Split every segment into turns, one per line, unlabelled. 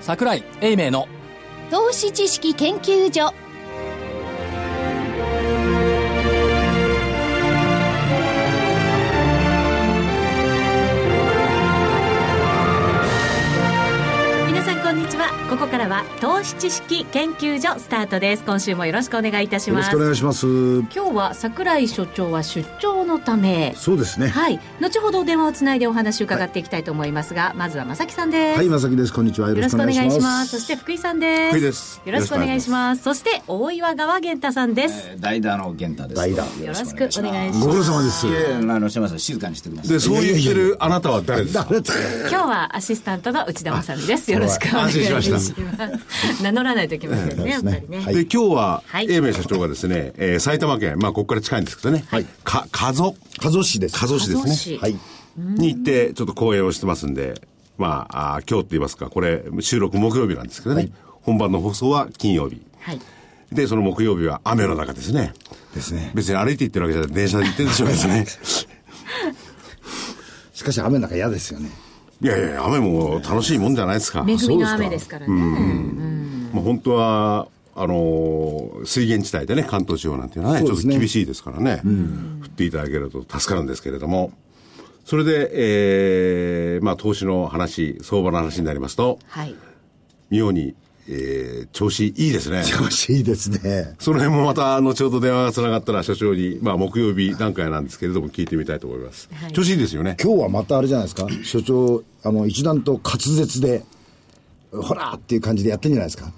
桜井英明の
投資知識研究所
皆さんこんにちはここからは投資知識研究所スタートです今週もよろしくお願いいたし
よろ
ま
し
す
くお願いします。
今日は桜井所長は出張のため
そうですね。
はい後ほど電話をつないでお話を伺っていきたいと思いますが、まずは正木さんです、
はい、まさきです。こんにちは。よ
よ
ろ
ろ
し
し
く
く
お
お
願
願
い
い
します。
しますそして福井さんです
福井です
よろしくお願いしますそして大岩川源太さんです、
代打の源太です。
代打
よろしくお願いし
ご
ま
苦
す
労様です。
えーあの、してます。静かにしてください。
で、そう言ってるあなたは誰ですか
今日はアシスタントの内田まさみですよろしくお願い
安心
し
し
ま
ますし た
名乗らないといけませんねやっぱりね、
はい
で、今日は
はい、
英明社長がですね、えー埼玉県、まあ、ここから近いんですけどね、か、加須、
加須市です。
加須市ですね。
市
はい。
に行って、ちょっと講演をしてますんで、まあ、あー今日って言いますか、これ、収録木曜日なんですけどね、本番の放送は金曜日。
はい
で、その木曜日は雨の中ですね。
ですね。
別に歩いて行ってるわけじゃなくて、電車で行ってるでしょうです ね。
しかし雨なんか嫌ですよね。
いやいや、雨も楽しいもんじゃないですか。
恵み
そうで
の
すか
雨ですからね、
まあ、本当は、あのー水源地帯でね、関東地方なんていうのはね、
そ
ち
う
ょっ
です
と
ね
厳しいですからね、降っていただけると助かるんですけれども、それで、えーまあ、投資の話、相場の話になりますと、
はい
妙に、えー調子いいです ね。
調子いいですね。
その辺もまた、後ほど電話がつながったら、所長に、まあ、木曜日段階なんですけれども、聞いてみたいと思います。
はい
調子いいですよね。
今日はまたあれじゃないですか。所長、あの、一段と滑舌で、ほらーっていう感じでやってんじゃないですか。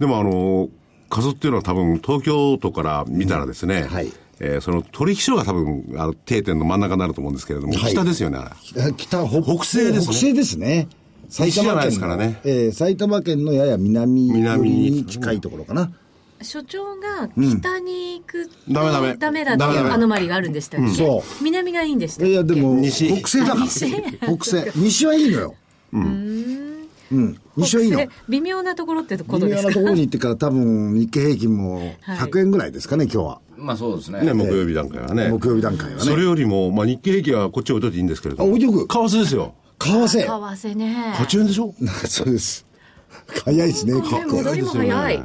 でもあの、過疎っていうのは多分東京都から見たらですね、
はい
えーその取引所が多分あの定点の真ん中になると思うんですけれども、
はい
北ですよね、あれ
北北北
北西ですね
北西ですね。埼
西じゃ
玉
ないで
県
すか
の、
らね
えー埼玉県のやや南寄り
南に
に近いところかな。
所長が北に行くと、
うんダメダメ
ダメだって
ダメ
い
ダ
う
メ
アノマリがあるんでしたよね、
そ
南がいいんでした
いやいや、でも、
西
北西だから。北西。西はいいのよ。うん。西はいいの。
北西微妙なところってこ
微
とで
妙
す
な
か
ところに行ってから多分日経平均も100円ぐらいですかね、今日は。
まあそうですね。
ね、木曜日段階はね。
木曜日段階は
それ
ね。
よりも、まあ、日経平均はこっち置いといていいんですけれども。
あ置いとく
為替ですよ。
為
為
替。
替ね
こっち円でしょ
そうです。早いですね、結
ね戻
構。
りも早い、
かっ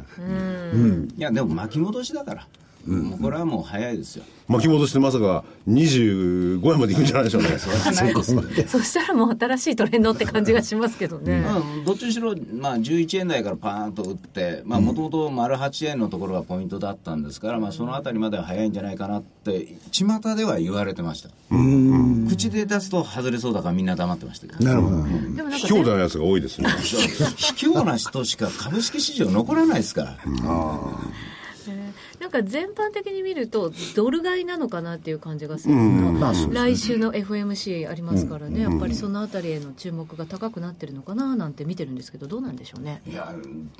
いや、でも巻き戻しだから。もうこれはもう早いですよ。
巻き戻してまさか25円までいくんじゃないでしょうね。
ないですよ
そしたらもう新しいトレンドって感じがしますけどね、
うん、どっちにしろ、まあ、11円台からパーンと打って、まあ、もともと丸8円のところがポイントだったんですから、まあ、そのあたりまでは早いんじゃないかなって、巷では言われてました。口で出すと外れそうだからみんな黙ってました けど。
なるほど。
でもなんか
卑怯なやつが多いですね。
卑怯な人しか株式市場残らないですから。
なんか全般的に見るとドル買いなのかなっていう感じがするのが
まあ、そうです
来週の FMC ありますからね、やっぱりそのあたりへの注目が高くなってるのかななんて見てるんですけど、どうなんでしょうね。
いや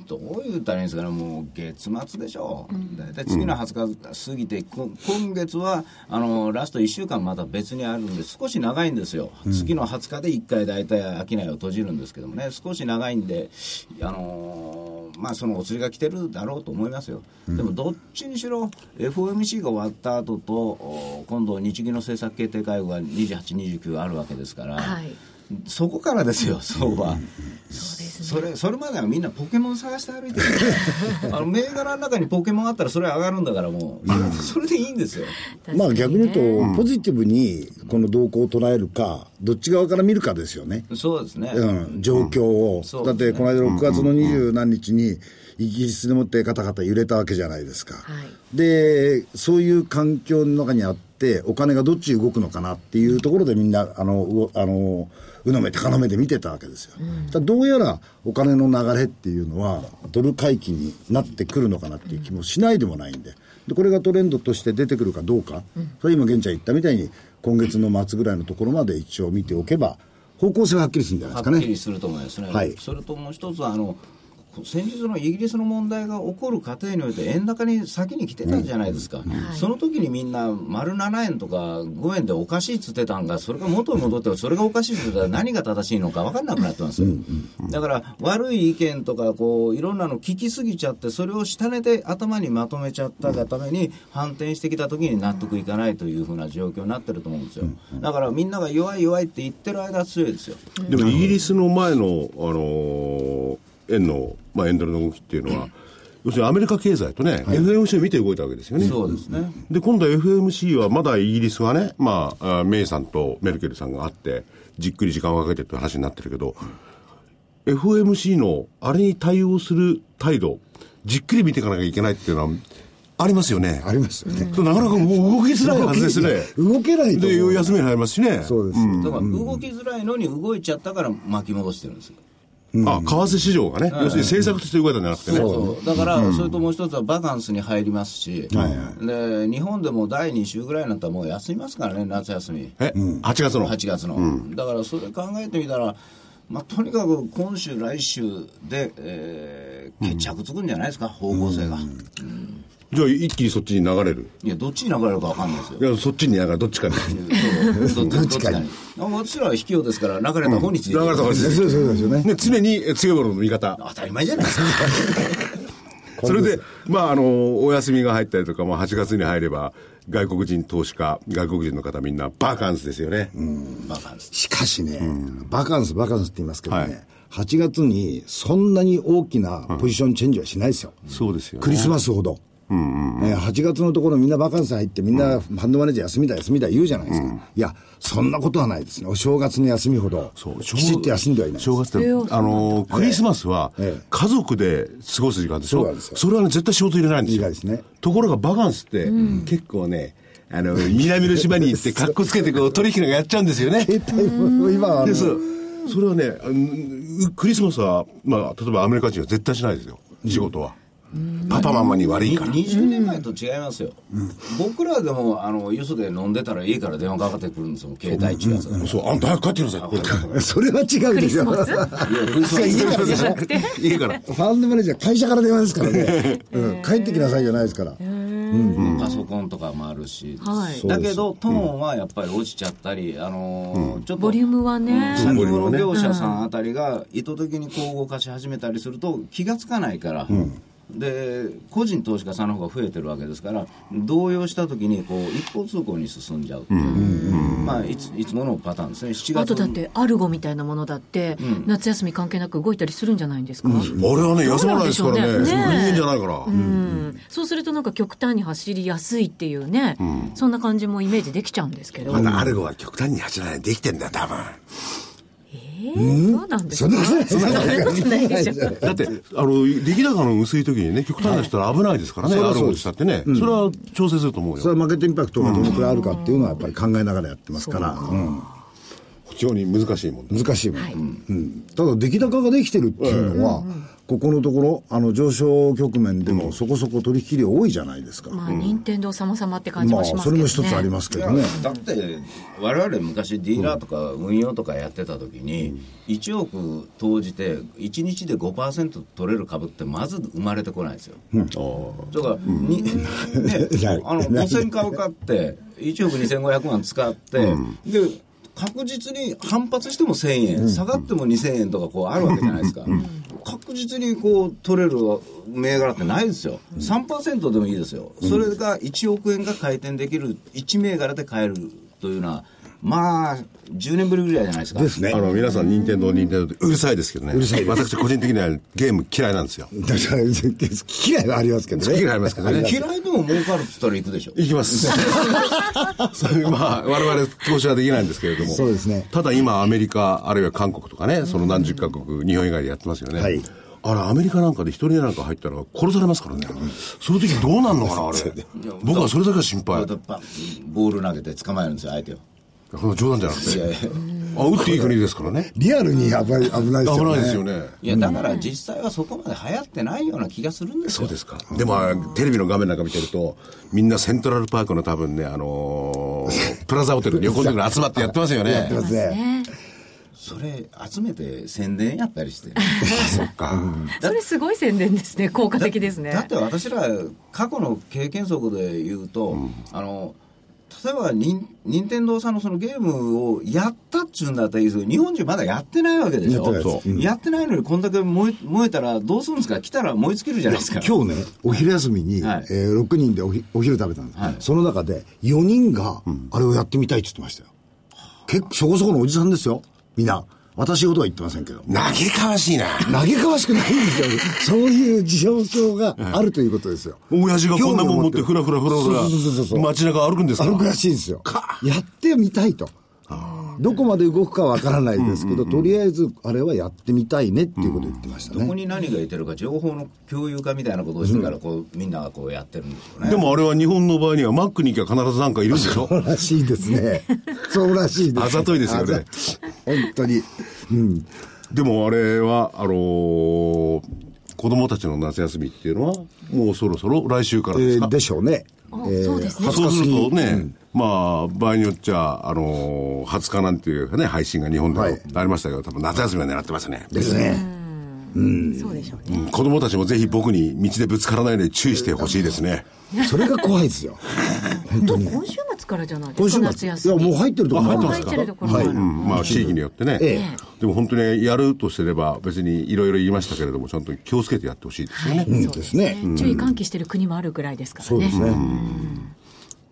どう言ったらいいんですかね、もう月末でしょ、大体次の20日過ぎて、こ今月はあのラスト1週間、また別にあるんで、少し長いんですよ、次の20日で1回、大体商いを閉じるんですけどもね、少し長いんで、あのーまあ、そのお釣りが来てるだろうと思いますよ、でもどっちにしろ、FOMC が終わった後と、お今度、日銀の政策決定会合が28、29あるわけですから。
はい
そこからですよ、そうは。それそれまではみんなポケモン探して歩いてる あの銘柄の中にポケモンあったらそれ上がるんだからもう、それでいいんですよ
まあ逆に言うと、ポジティブにこの動向を捉えるか、どっち側から見るかですよね。
そうですね、
うん、状況を、
そう
だ
で
っ
すね
てこの間6月の二十何日にイギリスでもってガタガタ揺れたわけじゃないですか、
はい
でそういう環境の中にあってお金がどっち動くのかなっていうところでみんなあのうあのうの目高の目で見てたわけですよ、だからどうやらお金の流れっていうのはドル回帰になってくるのかなっていう気もしないでもないんででこれがトレンドとして出てくるかどうか、それは今現地ゃん言ったみたいに今月の末ぐらいのところまで一応見ておけば方向性ははっきりするんじゃない
は
です
っ
かね。
きりすると思いますね、
はい
それともう一つはあの先日のイギリスの問題が起こる過程において円高に先に来てたじゃないですか、その時にみんな丸7円とか5円でおかしいっつってたんがそれが元に戻ってそれがおかしいっつってたら何が正しいのか分かんなくなってますよ、だから悪い意見とかこういろんなの聞きすぎちゃってそれを下根で頭にまとめちゃったがために反転してきた時に納得いかないというふうな状況になってると思うんですよだからみんなが弱い弱いって言ってる間は強いですよ
でもイギリスの前の、あのー円の、まあ、円ドルの動きっていうのは、要するにアメリカ経済とね、FMC を見て動いたわけですよね。
そうですね。
で、今度は FMC はまだイギリスはね、まあ、あメイさんとメルケルさんがあって、じっくり時間をかけてという話になってるけど、FMC のあれに対応する態度、じっくり見ていかなきゃいけないっていうのは、ありますよね。
ありますよね。
なかなかもう動きづらいはずですね。
動けないと
で、
思う
休みに入りますしね。
そうです、
だから動きづらいのに動いちゃったから巻き戻してるんですよ。
あ、為替市場がね、要するに政策として動いたんじゃなくてね。
そうそうだから、それともう一つはバカンスに入りますし、で日本でも第2週ぐらいになったら、もう休みますからね、夏休み、
え、8月の。
8月の、だからそれ考えてみたら、まあ、とにかく今週、来週で、えー決着つくんじゃないですか、方向性が。
じゃあ一気にそっちに流れる。
いや、どっちに流れるか分かんないですよ
い。や、そっちに流れる、どっちかに。
そうどっちかに。あ私らは卑怯ですから、流れた方について
流れたからです。
そうそうですよね
ね、常にえ強いものの味方。
当たり前じゃないですか。
それで、まあ、あの、お休みが入ったりとか、まあ、8月に入れば、外国人投資家、外国人の方みんな、バカンスですよね。
バカンス。
しかしね、バカンスバカンスって言いますけどね、
はい
8月にそんなに大きなポジションチェンジはしないですよ、
そうですよ
クリスマスほど、ね8月のところみんなバカンス入ってみんなファンドマネージャー休みだ休みだ言うじゃないですか、いやそんなことはないですねお正月の休みほどきちっと休んではいないです
正月って、あの、クリスマスは
ええ、
家族で過ごす時間でしょ
そうなんですよ
それはね、絶対仕事入れないんです
入れな
よ。
いですね
ところが、バカンスって、結構ね、あの、南の島に行って、格好つけて、こう、取引なんかやっちゃうんですよね。
携帯も今はあの
でそうそれはねあのクリスマスは、まあ、例えばアメリカ人は絶対しないですよ仕事は、パパママに悪いから、
20年前と違いますよ、僕らでもあのよそで飲んでたら家から電話かかってくるんですよ、携帯中だから。
そうあんた早く帰ってくださいこう やっ
それは違うんですよフ
て家から
ァンドマネージャー会社から電話ですか らね、うん、帰ってきなさいじゃないですから、
パソコンとかもあるし、
はい
だけどトーンはやっぱり落ちちゃったり、あのーちょっと
ボリュームはね、
先物業者さんあたりが意図的にこう動かし始めたりすると気がつかないから、で個人投資家さんの方が増えてるわけですから動揺した時にこう一方通行に進んじゃう、まあ、いついつものパターンですね7月
あとだってアルゴみたいなものだって、夏休み関係なく動いたりするんじゃないんですか、うん
俺はね休まないですからね
どうなんでしょうねねえ
人間じゃないから、
そうするとなんか極端に走りやすいっていうね、そんな感じもイメージできちゃうんですけど、
またアルゴは極端に走らないでできてんだよ多分
えーそうなんです
そ
か
んなことないそん
そ
な
んなことないでしょ
だってあの出来高の薄い時にね極端な人は危ないですからね、
はい
アルゴ落ちたってね、それは調整すると思うよ
それはマーケットインパクトがどのくらいあるかっていうのはやっぱり考えながらやってますから、うん
非常に難しいもんね
難しいもん、うんただ出来高ができてるっていうのは、ここのところあの上昇局面でもそこそこ取引量多いじゃないですか、
まあ任天堂様様って感じも
まあ
します
そ
けど
れ
ね、
も一つありますけどね
だって我々昔ディーラーとか運用とかやってた時に1億投じて1日で5%取れる株ってまず生まれてこないですよ、だから、にね、 あの5000株買って1億2500万使って、で確実に反発しても1000円、下がっても2000円とかこうあるわけじゃないですか、確実にこう取れる銘柄ってないですよ、3%でもいいですよ、それが1億円が回転できる、1銘柄で買えるというのは、まあ、10年ぶりぐらいじゃないですか。
ですね
あの皆さん、任天堂任天堂ってうるさいですけどね、私、個人的にはゲーム嫌いなんですよ、
だから嫌いはありますけど
好き
ね
嫌いありますけどね、
嫌いでも儲かるっつったら行くでしょ
いき ます。そういう、まあ、我々投資はできないんですけれども。
そうですね
ただ今、アメリカ、あるいは韓国とかね、その何十カ国、日本以外でやってますよね。
はい
あれ、アメリカなんかで一人なんか入ったら殺されますからね。そういう時どうなんのかな、あれ。僕はそれだけは心配。
ボール投げて捕まえるんですよ相手を
この冗談じゃなく
い
て。
やいや
あ、撃っていい国ですからね。
リアルにやばい危ないです
危
よ
な
ね
いですよね。
いやだから実際はそこまで流行ってないような気がするんです
そ
よ
うですか。でも、テレビの画面なんか見てると、みんなセントラルパークの多分ね、あの ープラザホテル、旅行の時に集まってやってますよね。
やってますね
ね
それ集めて宣伝やった りして
そっか。
それすごい宣伝ですね効果的ですね
だって私ら過去の経験則で言うと、あの例えば任任天堂さんのそのゲームをやったっちゅうんだったらいいですけど日本人まだやってないわけでし
やってない
ょ
です
そうやってないのにこんだけ燃え燃えたらどうするんですか来たら燃え尽きるじゃないですか
今日ねお昼休みに、
はい
えー6人でおひお昼食べたんです、
はい
その中で4人があれをやってみたいって言ってましたよ、結構そこそこのおじさんですよみんな私ほどは言ってませんけど。
げかわしいな。
嘆かわしくないんですよ。そういう状況があるということですよ。
親父がこんなもん持って
興
ふ
味
ら
を
ふらふら
そうそうそうそう
ふ
そう
ら、街中歩くんですか
歩くらしいんですよ。やってみたいと。どこまで動くかわからないですけど、とりあえず、あれはやってみたいねっていうことを言ってました
どこ
ね。
に何がいてるか情報の共有化みたいなことをしてからこうみんながこうやってるんでしょうね
でもあれは日本の場合にはマックに行きゃ必ずなんかいるんでしょ
そうらしいですね。そうらしいです。
あざといですよね
あざとい。本当に。うん。
でもあれは、あのー子供たちの夏休みっていうのは、もうそろそろ来週から
え
です
ー
か。
でしょうね。
あそうですね
そうするとね、
う
まあ、場合によっちゃ、あのー、20日なんていうね、配信が日本でも
はい
ありましたけど、多分夏休みは狙ってますね。
ですね。
そうでしょう
う
ね。
ん子供たちもぜひ僕に道でぶつからないように注意してほしいですね。
それが怖いですよ。本当に。
今週末からじゃないで
今
す
週
か、夏
末。
休
い
み。
や、もう入ってるとこもあ
あ
り
入
ま
っ
す
て
か
ま
入ってる
すか
ら。
ところもある
うんまあ、地域によってね。
ええ
でも本当にやるとすれば、別にいろいろ言いましたけれども、ちゃんと気をつけてやってほしいですよね。
うんですね。
注意喚起してる国もあるぐらいですからね。
そうですね。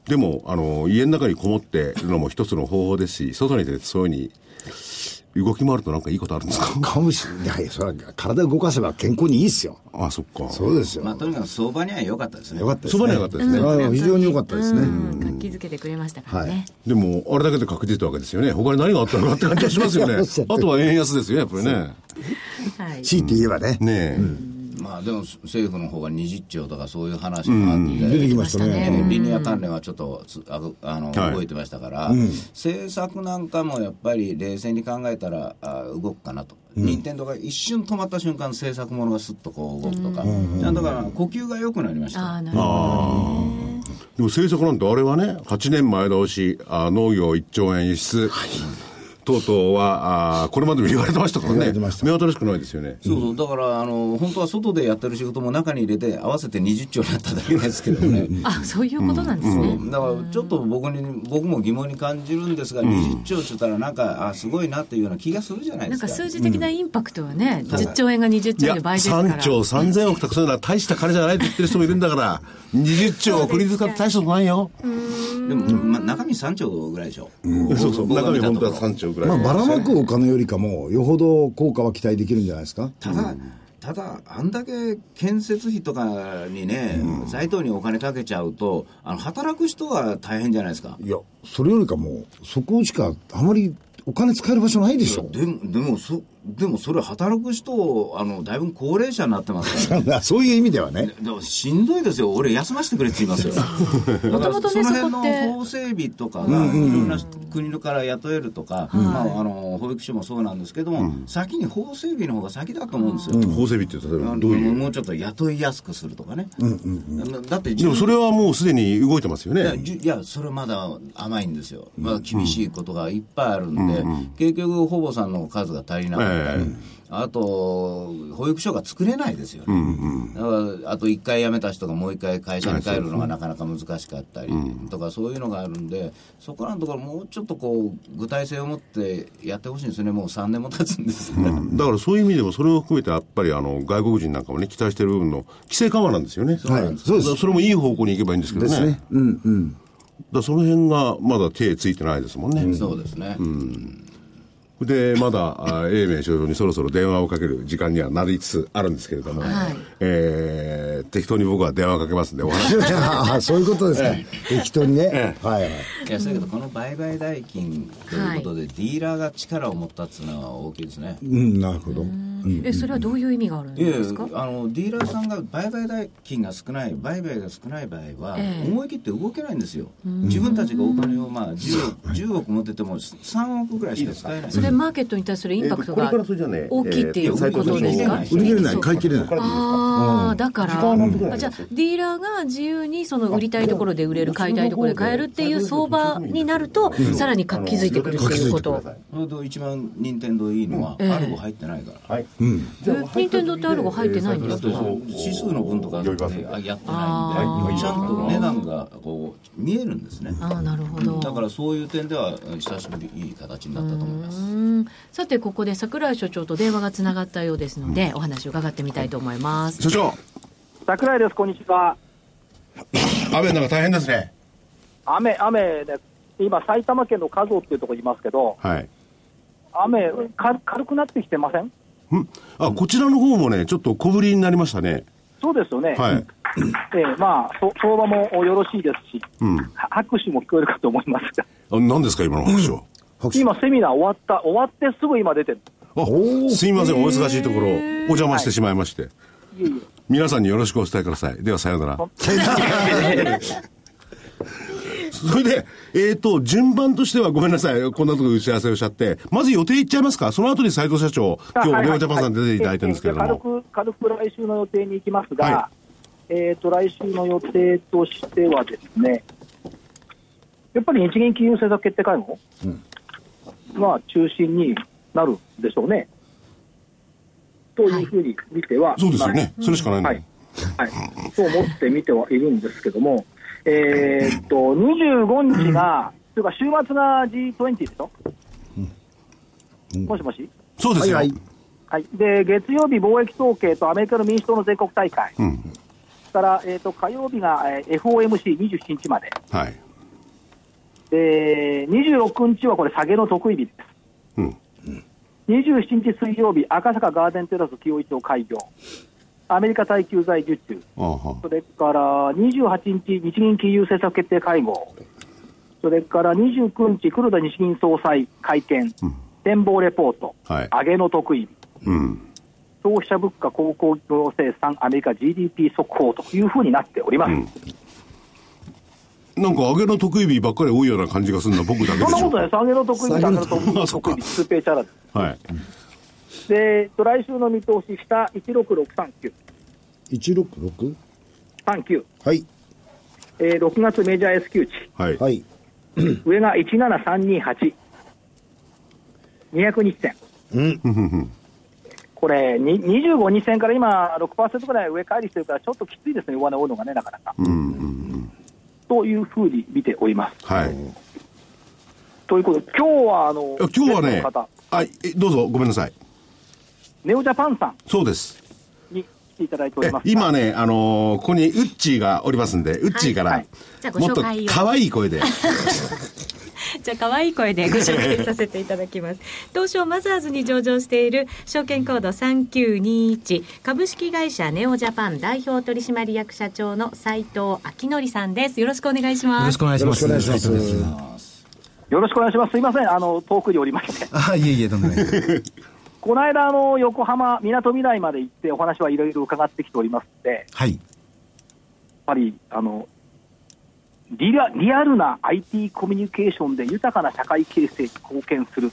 でも、あの、家の中にこもってるのも一つの方法ですし、外に出てそういうふうに動き回るとなんかいいことあるんですか
かもしれない。それは体動かせば健康にいいっすよ。
あそっか。
そうです
まあ
よ。
とにかく相場には良かったですね
よかったです
そ
ね。
ばに良かったですね
うん非常に良かったですね。
うん活気づけてくれましたからね。
はい
でも、あれだけで確実たわけですよね。他に何があったのかって感じがしますよ
い
ね。
やおっしゃ
あ
って
と
る
は円安ですよね、やっぱりね。
はい。
強いて言えばね。
ねえ。
まあでも政府の方が20兆とかそういう話もあって、
出てきまし
出
た
てきました
ね
ね。
リニア関連はちょっとつあぐあの、
はい
動いてましたから、政策なんかもやっぱり冷静に考えたらあ動くかなと、任天堂が一瞬止まった瞬間、政策ものがすっとこう動くとか、なんだから呼吸が良くなりまし
ああ、
た。
なるほ
でも政策なんてあれはね、8年前倒し、あ農業1兆円輸出、等々は、あこれまでも言われてましたから
言わ
ね。
れてました
目新しくないですよね。
そうそうだからあの、本当は外でやってる仕事も中に入れて、合わせて20兆になっただけですけどね、
ど。あ、そういうことなんですね。
だからちょっと僕に僕も疑問に感じるんですが、20兆って言ったら、なんか、あすごいなっていうような気がするじゃないで
なん
すか。
か数字的なインパクトはね、10兆円が20
い
兆円
や、
の倍ですから。
3兆3000億とかそういうのは大した金じゃないって言ってる人もいるんだから、20兆を国に使って大したことないよ。
でも、まあ、中身3兆ぐらいでしょ、う
そうそう、中身本当は3兆ぐらい。
まあ、ばらまくお金よりかも、よほど効果は期待できるんじゃないですか。
ただ、ただ、あんだけ建設費とかにね、財頭にお金かけちゃうと、あの働く人は大変じゃないですか。
いや、それよりかもう、そこしかあまりお金使える場所ないでしょ。
でも、でも、そでもそれ、働く人をあの、だいぶ高齢者になってますから。
そういう意味ではね。
でもしんどいですよ、俺、休ませてくれって言いますよ、も
もともとね
その辺
そこ
の
って
法整備とかが、いろんな国から雇えるとか、まああの、保育所もそうなんですけども、先に法整備の方が先だと思うんですよ。
法整備って例えばどういう。
もうちょっと雇いやすくするとかね、だって
でもそれ
は
はもうすでに動いてますよ
いや
ね。
じゅいやそれまだ甘いんですよ、まだ厳しいことがいっぱいあるんで、結局、ほぼさんの数が足りなかったり、
え
あと、保育所が作れないですよね、だからあと1回辞めた人がもう1回会社に帰るのがなかなか難しかったりとか、そういうのがあるんで、そこらのところ、もうちょっとこう具体性を持ってやってほしいんですよね、もう3年も経つんですから。
だからそういう意味でもそれを含めてやっぱりあの外国人なんかもね期待してる部分の規制緩和なんですよね。
はい。そう
だ
で
から
す。
それもいい方向に行けばいいんですけど
で
ね。
すね。うんうん。
だからその辺がまだ手ついてないですもんね。
そうですね、
で、まだ、あ英明所長にそろそろ電話をかける時間にはなりつつあるんですけれども、
はい
えー適当に僕は電話かけますんで、お話
ああ、そういうことですか。適当にね。はいはい。
いやだけどこの売買代金ということで、ディーラーが力を持ったっていうのは大きいですね。
うん、なるほど。
え、それはどういう意味があるん
いやいや
ですか
あのディーラーさんが売買代金が少ない売買が少ない場合は、
ええ
思い切って動けないんですよ自分たちがお金を、まあ、10, 億10億持ってても3億ぐらいしか使えない
それマーケットに対するインパクトが大きいっていうことですか
えーと
売り切れない、
そう
買い切れない。
ああ、だから、あじゃあ、ディーラーが自由にその売りたいところで売れる、買いたいところで買えるっていう相場になると、さらに活気づいてくるっていうこと。
それと一番任天堂いいのは、アルゴ入ってないから、
え任天堂ってアルゴ入ってないんですか
だって指数の分とかであやってないんでちゃんと値段がこう見えるんですね
ああ、なるほど。
だからそういう点では久しぶりにいい形になったと思います
うんさて、ここで桜井所長と電話がつながったようですので、お話を伺ってみたいと思います。
所長、
桜井です、こんにちは。
雨の中大変ですね。
雨、雨で、今、埼玉県の加須っていうところにいますけど、
はい。
雨、か軽くなってきてません
うんあ、こちらの方もね、ちょっと小ぶりになりましたね。
そうですよね、
はい。
ええまあ、そ相場もよろしいですし、
うん。
は拍手も聞こえるかと思いますが、
あ何ですか、今の話は。
拍手
今、セミナー終わった、終わってすぐ今出てる、
あ、すいません、お忙しいところ、お邪魔してしまいまして。
いえいえ
皆さんによろしくお伝えください。では、さようなら。それで、えっ、と、順番としてはごめんなさい。こんなところ打ち合わせをしちゃって。まず予定いっちゃいますかその後に斉藤社長、今
あ
日、
はいはい
レオジャパンさんに出ていただいてるんですけれど
はいえ
も。
え軽く、軽く来週の予定に行きますが、
は
えー、と来週の予定としてはですね、やっぱり日銀金融政策決定会合が中心になるんでしょうね。というふうに見ては、
そうですよね。それしかないんだ
は
もん
い、はい、そう思って見てはいるんですけども、えーっと25日が、というか週末が G20 でしょ、もしもし、
そうですよ。
はいはい
はい、で月曜日、貿易統計とアメリカの民主党の全国大会、
うん。
それから、えーっと火曜日が、えー FOMC27 日まで
はい。
で、26日はこれ、下げの得意日です。
うん。
27日水曜日、赤坂ガーデンテラス清井町開業、アメリカ耐久財受注、
ああは
それから28日、日銀金融政策決定会合、それから29日、黒田日銀総裁会見、展望レポート、
はい
上げの得意日、
うん。
消費者物価、高校業生産、アメリカ GDP 速報というふうになっております。
なんか、上げの得意日ばっかり多いような感じがするのは僕だけでしょ
そんなこ
うか。
とないです、上げの得意日、上げの
あそっ
得
か
意日、スーペーチャラです。
はい。
で、えっと来週の見通し、下16639、
166
39、
はい
えー6月メジャー S q 値、
はい。
はい
上が17328、200日線。
うん
うんうん
これ、に25日線から今、6%ぐらい上返りしてるから、ちょっときついですね、上値追うのがね、なかなか。
うんうんうん。
というふうに見ております。
はい。
ということで、今日はあの
あ今日は
ゲ
ね
ストの方、
はい、えどうぞ、ごめんなさい。
ネオジャパンさん
そうです。
に来ていただいております。
え今ね、あのーここにウッチーがおりますんで、ウッチーから、
はい
じゃあご
もっ
紹
と
介を
可愛い声で、
じゃあ可愛い声でご紹介させていただき ます。東証マザーズに上場している証券コード3921株式会社ネオジャパン代表取締役社長の斉藤明則さんです。よろしくお願いし
よ
ま
ろし
す
く。お願いし
よろ
ま
しく
す。
お願いします
よろしくお願いします。すいません、あの遠くにおりまして。
あ、いえいえ、とんでもない。
この間、あの横浜、みなとみらいまで行って、お話はいろいろ伺ってきておりますので、やっ
はい。
ぱり、あの、リアリアルな IT コミュニケーションで豊かな社会形成に貢献する。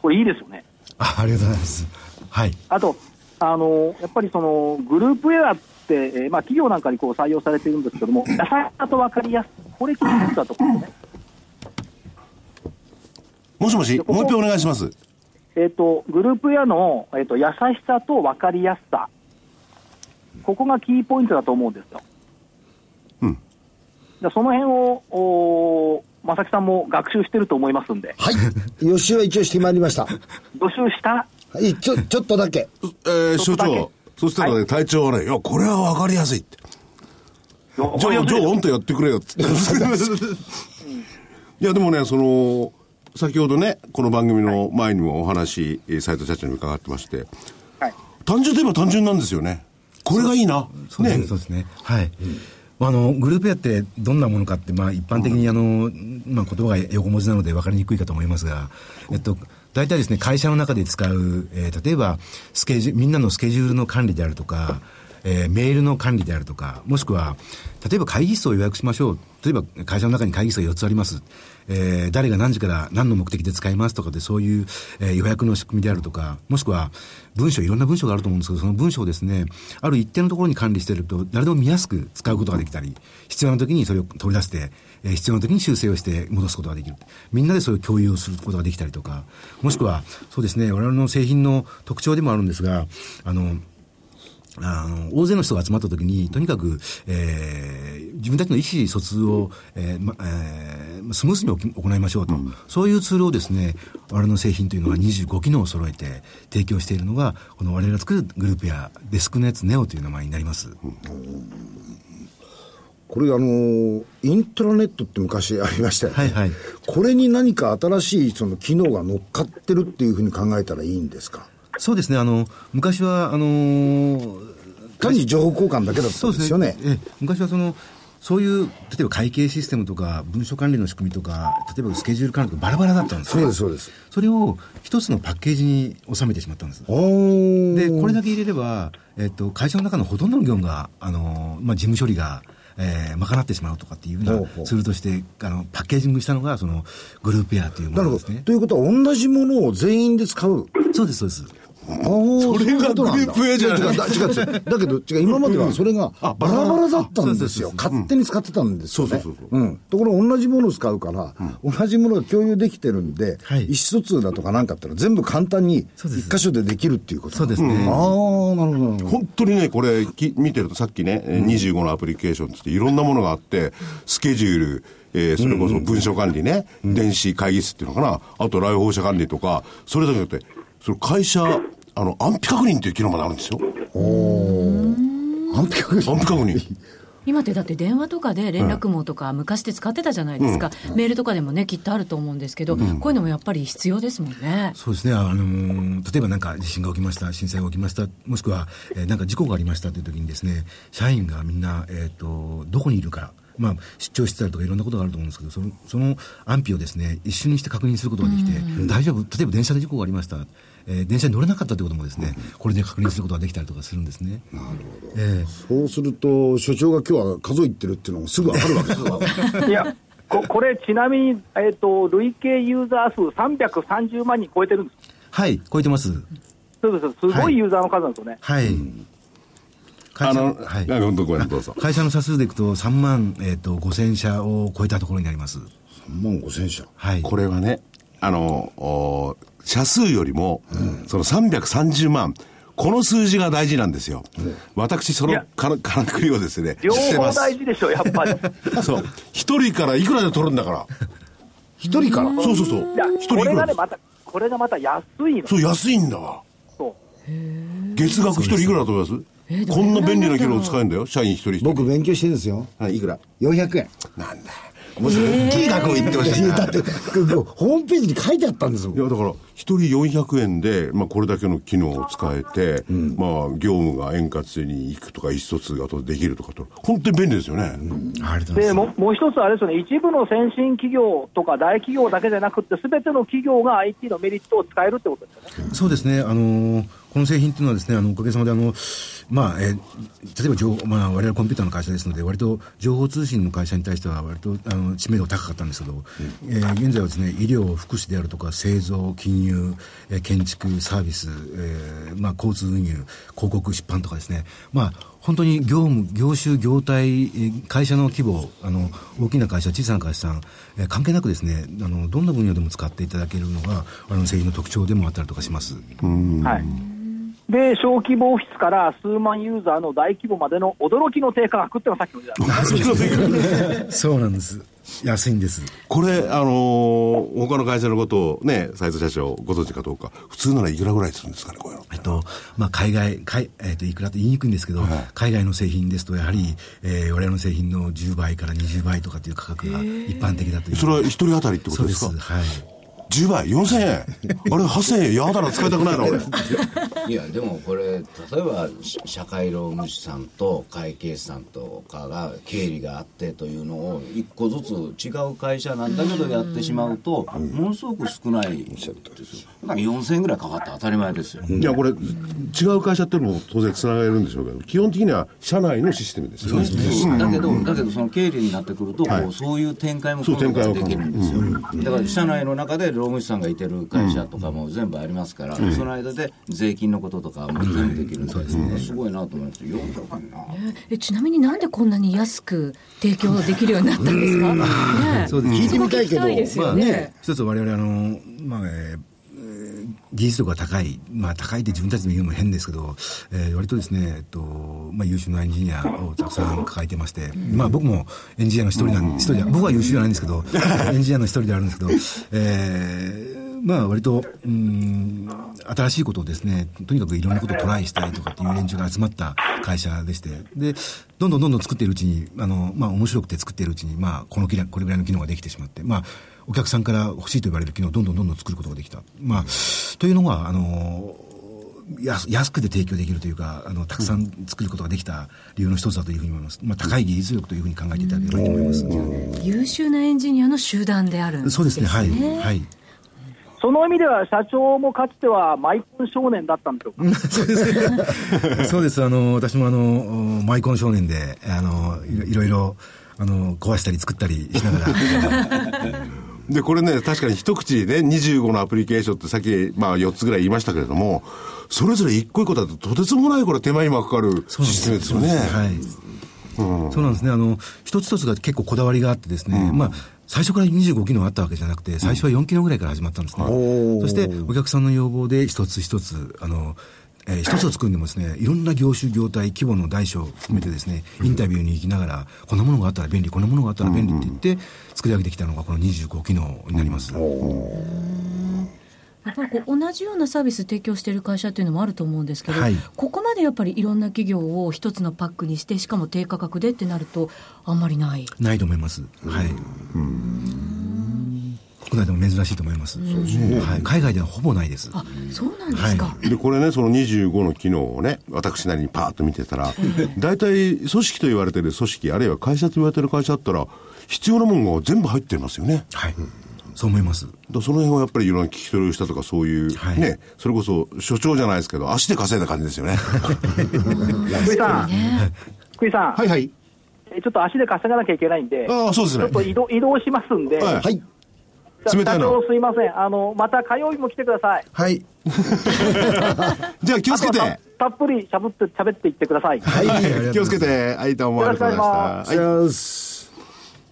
これいいですよね。
あ、ありがとうございます。はい。
あと、あのやっぱりそのグループウェアって、えーまあ、企業なんかにこう採用されているんですけども、優しさと分かりやすさ、これ、技術だと思うんですね。
もしもし、もう一遍お願いします。
えっとグループウェアの、えー、と優しさと分かりやすさ、ここがキーポイントだと思うんですよ。
うん
でその辺を、おー正木さんも学習してると思いますんで、
はい予習は一応してまいりました
予習した、
はいちょちょっとだけ
えー所長、そしたらね、隊長はね、いや、これはわかりやすいって。
よ
じゃあ、じゃあ、オンとやってくれよっつって。いや、でもね、その、先ほどね、この番組の前にもお話、えー斉藤社長に伺ってまして、
はい
単純といえば単純なんですよね。これがいいな。
そうですね。そうですねはい。あのグループウェアってどんなものかって、まあ、一般的にあの、まあ、言葉が横文字なので分かりにくいかと思いますが、えっと、大体ですね会社の中で使う、えー例えばスケジュみんなのスケジュールの管理であるとか、えーメールの管理であるとかもしくは例えば会議室を予約しましょう例えば会社の中に会議室が4つあります、えー誰が何時から何の目的で使いますとかでそういう、えー予約の仕組みであるとかもしくは文章いろんな文章があると思うんですけどその文章をですねある一定のところに管理していると誰でも見やすく使うことができたり必要な時にそれを取り出して、えー必要な時に修正をして戻すことができるみんなでそれを共有をすることができたりとかもしくはそうですね我々の製品の特徴でもあるんですがあのあの、大勢の人が集まった時に、とにかく、えー自分たちの意思疎通を、えーまえースムースに行いましょうと、そういうツールをですね、我々の製品というのは25機能を揃えて提供しているのが、この我々が作るグループやデスクのやつネオという名前になります。
これあの、イントラネットって昔ありましたよね。
はいはい
これに何か新しいその機能が乗っかってるっていうふうに考えたらいいんですか
そうですね、あの、昔は、あのー
単に情報交換だけだった
そうん
ですよね。
ええ昔はその、そういう、例えば会計システムとか、文書管理の仕組みとか、例えばスケジュール管理とか、バラバラだったんです
そう
ね
です、そうです。
それを一つのパッケージに収めてしまったんです。
おー
で、これだけ入れれば、えっと、会社の中のほとんどの業務が、あの、まあ、事務処理が、えー、賄ってしまうとかっていうふう
ほうほ
な
う
ツールとして、あの、パッケージングしたのが、その、グループエアというも
なる
の
ほ
です
ど。
ね
と。いうことは、同じものを全員で使う。
そうです、そうです。
そ
れがグループ A じゃない
違う違う違う違うだけど違う今まではそれがバラバラだったん
そうそう
です
そう
よ
そう
勝手に使ってたんですよ、ね、
そうそうそう
う、ん、ところが同じものを使うから、同じものが共有できてるんで、
はい
意思疎通だとかなんかってのは全部簡単に
そうです
一箇所でできるっていうこと
そうですね
んああなるほどなるほど
本当にね、これき見てるとさっきね、えー25のアプリケーションつっていろんなものがあって、スケジュール、えーそれこそ文書管理ね、電子会議室っていうのかな、あと来訪者管理とか、それだけじゃなくて、その会社、あの、安否確認っていう機能まであるんですよ。
安否確認
安否確認。
今ってだって電話とかで連絡網とか昔って使ってたじゃないですか、メールとかでもねきっとあると思うんですけど、こういうのもやっぱり必要ですもんね、
そうですね、あのー例えばなんか地震が起きました、震災が起きました、もしくは、えーなんか事故がありましたという時にですね、社員がみんな、えっ、と、どこにいるか、まあ、出張してたりとかいろんなことがあると思うんですけど、その、その安否をですね、一瞬にして確認することができて、大丈夫、例えば電車で事故がありました、えー電車に乗れなかったということもですね、これで確認することができたりとかするんですね。なるほど。ええ
そうすると所長が今日は数行ってるっていうのもすぐ分かるわけですよ
いや、ここれ、ちなみに、えっと累計ユーザー数330万人超えてるんです、
はい、超えてます。
そうですすご
はい
いユーザーの数なんですよね、
はい。
あ
会社
の、
は
はいい、本当ごめんどうぞ。
会社の社数でいくと3万、えっ、と、5000社を超えたところになります。
3万5千社
はい。
これはね、あの、お社数よりも、その330万、この数字が大事なんですよ。私、そ
い
の
や
から からくりをですね、
両
知って
方
ます
大事でしょ、やっぱり。 い
そう。一人からいくらで取るんだから。一人からそうそうそう
や。
一人
こ
いく
れ
ら
が
で
ね、
す
また、これがまた安いの、
そう、安いんだわ。
そう
月額一人いくらだと思いますこんな便利な機能を使えるんだよ。社員一人一人。
僕勉強してるんですよ
はい、いくら
400円
なんだよ。もうちょっと大きい額を言ってほしい
いや
な。
だってホームページに書いてあったんですもん
いやだから一人400円で、まあ、これだけの機能を使えて、まあ、業務が円滑にいくとか意思疎通ができるとかと本当に便利ですよね、
ありがとうご
で
ざいます。
ももう一つ、あれですよね、一部の先進企業とか大企業だけじゃなくて、すべての企業が IT のメリットを使えるってことですよね。
そうですね、あのーこの製品っていうのはですね、あの、おかげさまで、あの、まあ、えー例えば情報、まあ、我々コンピューターの会社ですので、割と情報通信の会社に対しては、割と、あの、知名度高かったんですけど、えー現在はですね、医療、福祉であるとか、製造、金融、えー建築、サービス、えーまあ、交通運輸、広告、出版とかですね、まあ、本当に業務、業種、業態、えー会社の規模、あの、大きな会社、小さな会社さん、えー関係なくですね、あの、どんな分野でも使っていただけるのが、あの、製品の特徴でもあったりとかします。
はい、で、小規模オフィスから数万ユーザーの大規模までの驚きの低価格っていうのはさっきの時代
そうなんです。安いんです。
これあのー他の会社のことをね斉藤社長ご存知かどうか普通ならいくらぐらいするんですかねこういうの
えっと、まあ、海外、海えっと、いくらって言いにくいんですけど、海外の製品ですと、やはり、えー、我々の製品の10倍から20倍とかっていう価格が一般的だという。
それは一人当たりってこ
そ
と
う
で
ですす。
か
はい。
10倍4000円あれ8000円やだな使いたくないな俺
いやでもこれ例えばし社会労務士さんと会計士さんとかが経理があってというのを一個ずつ違う会社なんだけどやってしまうとものすごく少ないですよだから4000円ぐらいかかって当たり前ですよ
いやこれ違う会社っていうのも当然つながれるんでしょうけど基本的には社内のシステムですよね
そうだけど、だけどその経理になってくると、こうそういう展開も
そう
今度は
展開を
できるんですよ、だから社内の中で労務士さんがいてる会社とかも全部ありますから、その間で税金のこととかも全部できるんで、すごいなと思いますよ、よくわかんな。
えちなみになんでこんなに安く提供できるようになったんですか、ねえ
そうです
聞いてみたいけど
そこ聞きたいです
ま
よ
あ
ね,、
ね、一つ我々あの、まあ、えーえー技術力が高い、まあ、高いって自分たちで言うのも変ですけど、えー割とですね、えっとまあ、優秀なエンジニアをたくさん抱えてまして、まあ、僕もエ ンジニアの一人なん一人で僕は優秀じゃないんですけど、エンジニアの一人であるんですけど、えーまあ割と、うん、新しいことをですね、とにかくいろんなことをトライしたいとかっていう連中が集まった会社でして、で、どんどんどんどん作っているうちに、あの、まあ面白くて作っているうちに、まあこの機能これぐらいの機能ができてしまって、まあお客さんから欲しいと言われる機能をどんどんどんどん作ることができた。まあ、というのが、あの、安安くて提供できるというかあの、たくさん作ることができた理由の一つだというふうに思います、まあ、高い技術力というふうに考えていただければと思います、
優秀なエンジニアの集団であるんです
そう
ね。
ですね、はい、はい、
その意味では社長もかつてはマイコン少年だったんでしょうか、
そうですね。そうです。あの、私もあの、マイコン少年で、あの、いろいろいろ、あの、壊したり作ったりしながら。
で、これね、確かに一口でね、25のアプリケーションってさっき、まあ4つぐらい言いましたけれども、それぞれ一個一個だととてつもないこれ手間暇かかるシステムですよね。
はい。そうなんですね。あの、一つ一つが結構こだわりがあってですね、まあ、最初から25機能あったわけじゃなくて、最初は4機能ぐらいから始まったんですね。そして、お客さんの要望で一つ一つ、あの、えー一つを作るんでもですね、いろんな業種、業態、規模の大小を含めてですね、インタビューに行きながら、こんなものがあったら便利、こんなものがあったら便利って言って、作り上げてきたのがこの25機能になります。
やっぱりこう同じようなサービス提供している会社というのもあると思うんですけど、
はい
ここまでやっぱりいろんな企業を一つのパックにしてしかも低価格でってなるとあんまりない
ないと思います。はい。国内でも珍しいと思います。はい。海外ではほぼないです。
あそうなんですか、
は
で、これね、その25の機能をね、私なりにパーッと見てたら、大体組織と言われてる組織、あるいは会社と言われてる会社だったら、必要なものが全部入ってますよね。
はい。そう思います。
だその辺はやっぱりいろんな聞き取りをしたとかそういう、
はい
ね、それこそ所長じゃないですけど、足で稼いだ感じですよね。
福井さん、福井さん、
はいはい。
えちょっと足で稼がなきゃいけないんで、ち
ああ、そうです
ょっ
ね。
と移動移動しますんで、
はい
はい。
じゃ
冷たい
社
な
長すいませんあの、また火曜日も来てください。
はい。
じゃあ気をつけて。
あとはたたっぷりしゃぶって喋っていってください。
気をつけて。はい、どうもありがとうございました。はい。
よし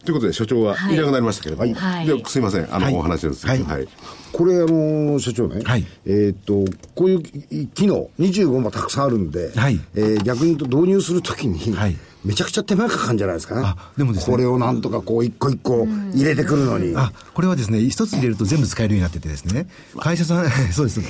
ということで、所長は
はい
いなくなりましたけれども、
はい
じゃあすいません、あの、
はい
お話を続けて、
は
はいい。
これ、あの社長ね、
はい
えーっと、こういう機能、25もたくさんあるんで、
はい
えー逆に言うと導入するときに、
はい
めちゃくちゃ手間かかるんじゃないですかね
あでもですね
これをなんとかこう、一個一個入れてくるのに。
あ、これはですね、一つ入れると全部使えるようになっててですね、会社さん、 そうです。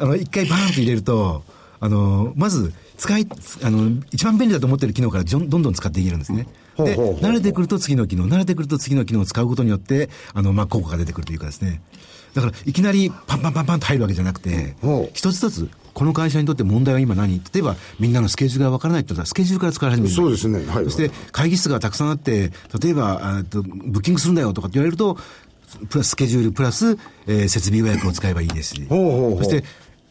あの、一回バーンと入れると、あの、まず、使い、あの、一番便利だと思ってる機能からじょんどんどん使っていけるんですね。
ほう
で、
ほうほう
慣れてくると次の機能、慣れてくると次の機能を使うことによって、あの、まあ、効果が出てくるというかですね。だから、いきなりパンパンパンパンと入るわけじゃなくて
ほう、
一つ一つ、この会社にとって問題は今何例えば、みんなのスケジュールがわからないって言ったら、スケジュールから使い始める。
そうですねはい
そして、会議室がたくさんあって、例えば、えっとブッキングするんだよとかって言われると、プラススケジュールプラス、えー設備予約を使えばいいですし、
ほうほうほう
そして、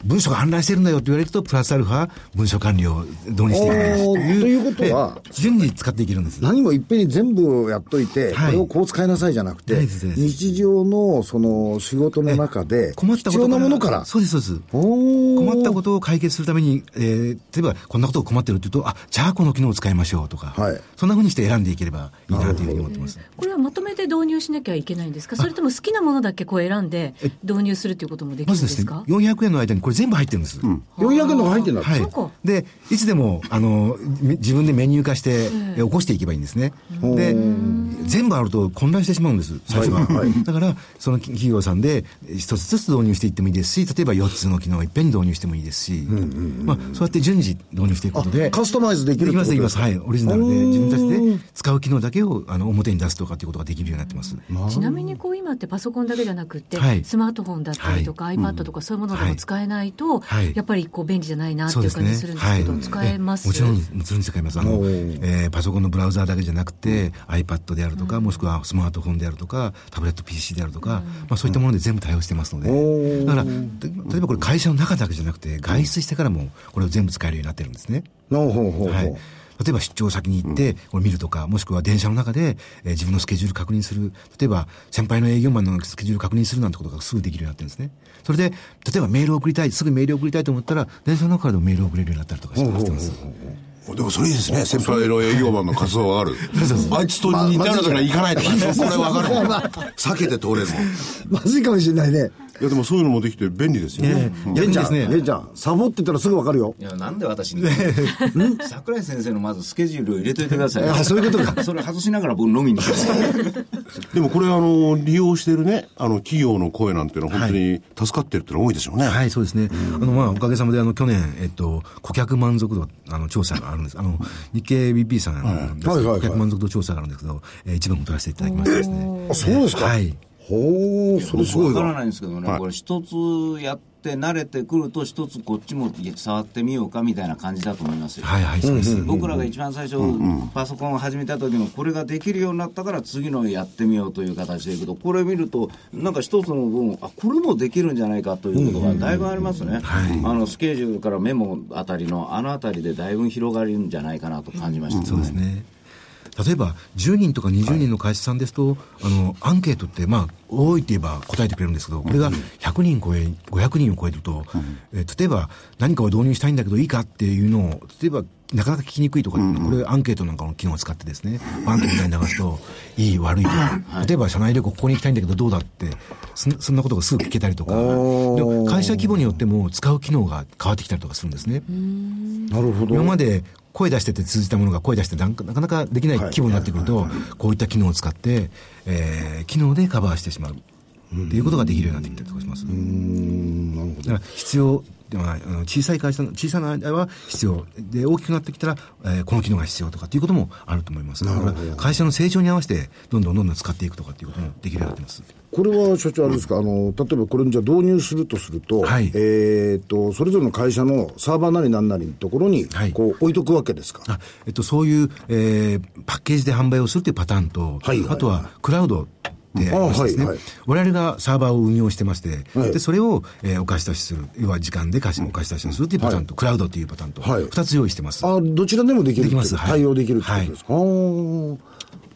文書が氾濫してるんだよって言われると、プラスアルファ、文書管理を導入していけばいいし
おーということは
で順に使っていけるんです。
何もいっぺんに全部やっといて、
はい
これをこう使いなさいじゃなくて、
ないですないです
日常のその仕事の中で、
困ったこと
必要なものから、
そうです、そうです。
おー
困ったことを解決するために、えー例えばこんなことを困ってるって言うと、あ、じゃあこの機能を使いましょうとか、
はい
そんなふうにして選んでいければいいなというふうに思ってます。
これはまとめて導入しなきゃいけないんですかそれとも好きなものだけこう選んで導入するということもできる
ま
ん
ず
で
です
す
ね、
か
400円の間にこれ全部入ってるんです。
400円のが入ってんだ。
は
そうか
い、でいつでもあのみ自分でメニュー化して、え起こしていけばいいんですね、で全部あると混乱してしまうんです最初は、だからその企業さんでえ一つずつ導入していってもいいですし例えば4つの機能をいっぺんに導入してもいいですし、まあ、そうやって順次導入していくことで
あカスタマイズできるって
でき
こ
ま
と
すできます
で
は
す
いオリジナルで自分たちで使う機能だけをあの表に出すとかっていうことができるようになってます、
ちなみにこう今ってパソコンだけじゃなくて、
はい
スマートフォンだったりとか、iPad とかそういうものでも使えないと、
はい
やっぱりこう便利じゃないなって
そう
い
で
う
す
感じ
ね
するんですけど、使えます
もちろん、もちろん使えます。あの、えーパソコンのブラウザーだけじゃなくて、iPad であるとか、もしくはスマートフォンであるとか、タブレット PC であるとか、まあそういったもので全部対応してますので、だから、た例えばこれ会社の中だけじゃなくて、外出してからもこれを全部使えるようになってるんですね。
ほうほうほうほう
はい。例えば出張先に行って、これ見るとか、もしくは電車の中で、えー自分のスケジュール確認する。例えば、先輩の営業マンのスケジュール確認するなんてことがすぐできるようになってるんですね。それで、例えばメールを送りたい、すぐメールを送りたいと思ったら、電車の中でもメールを送れるようになったりとかしてしてます。
でもそれいいですね。先輩の営業マンの活動がある。あいつと似たようなとこには行かないとか、これわかる。避けて通れるもん。
まずいかもしれないね。
いやでもそういうのもできて便利ですよね。
逆
レン
に
ち
で
ゃ
す
ん、
ね
レンちゃん、サボってたらすぐわかるよ。
いや、なんで私に。桜井先生のまずスケジュールを入れといてください。
あそういうこと
か。それ外しながら僕飲みに行きます。
でもこれあの、利用してるね、あの、企業の声なんていうのは本当に助かってるってのは多いでしょうね。
はい、そうですね。あの、まあ、おかげさまで、あの、去年、えっと、顧客満足度、あの、調査があるんです。あの、日経 BP さんなんですけど
はいはいはい
顧客満足度調査があるんですけど、えー一番も取らせていただきましてですね。
あ、そうですか。
はい。
ほう、それすごい
わから
な。
ないんですけどね、
はい
これ一つやって慣れてくると、一つこっちも触ってみようかみたいな感じだと思いますよ。
はいはい、そうです。
僕らが一番最初、パソコンを始めた時もこれができるようになったから次のやってみようという形でいくとこれ見るとなんか一つの分あこれもできるんじゃないかということがだいぶありますね、あのスケジュールからメモあたりのあのあたりでだいぶ広がるんじゃないかなと感じました、
そうですね。例えば、10人とか20人の会社さんですと、あの、アンケートって、まあ、多いって言えば答えてくれるんですけど、これが100人超え、500人を超えると、えー例えば、何かを導入したいんだけどいいかっていうのを、例えば、なかなか聞きにくいとか、これアンケートなんかの機能を使ってですね、バンとみたいに流すと、いい、悪いとか、例えば社内旅行ここに行きたいんだけどどうだって、そんそんなことがすぐ聞けたりとか、でも会社規模によっても使う機能が変わってきたりとかするんですね。
なるほど。
今まで声出してて通じたものが声出してなんかなかなかできない規模になってくると、こういった機能を使って、えー機能でカバーしてしまうっていうことができるようになってきたりとかします。だから必要ではないあの小さい会社の小さな間は必要で大きくなってきたら、えーこの機能が必要とかっていうこともあると思いますだから会社の成長に合わせてどんどんどんどん使っていくとかっていうこともできるようになってます
これは所長あれですか、あの、例えばこれじゃあ導入するとすると、
はい
えっ、と、それぞれの会社のサーバーなりなんなりのところに
はい、
こう置いとくわけですか。
あえっと、そういう、えーパッケージで販売をするっていうパターンと、
はいはい
あとはクラウドでありましてですね、
あはいはい
我々がサーバーを運用してまして、
はい
でそれを、えーお貸し出しする、要は時間で貸しお貸し出しをするっていうパターンと、クラウドというパターンと、
はい
2つ用意してます。
あ、どちらでもできる
できます
って
はい
対応できるってことですか。あー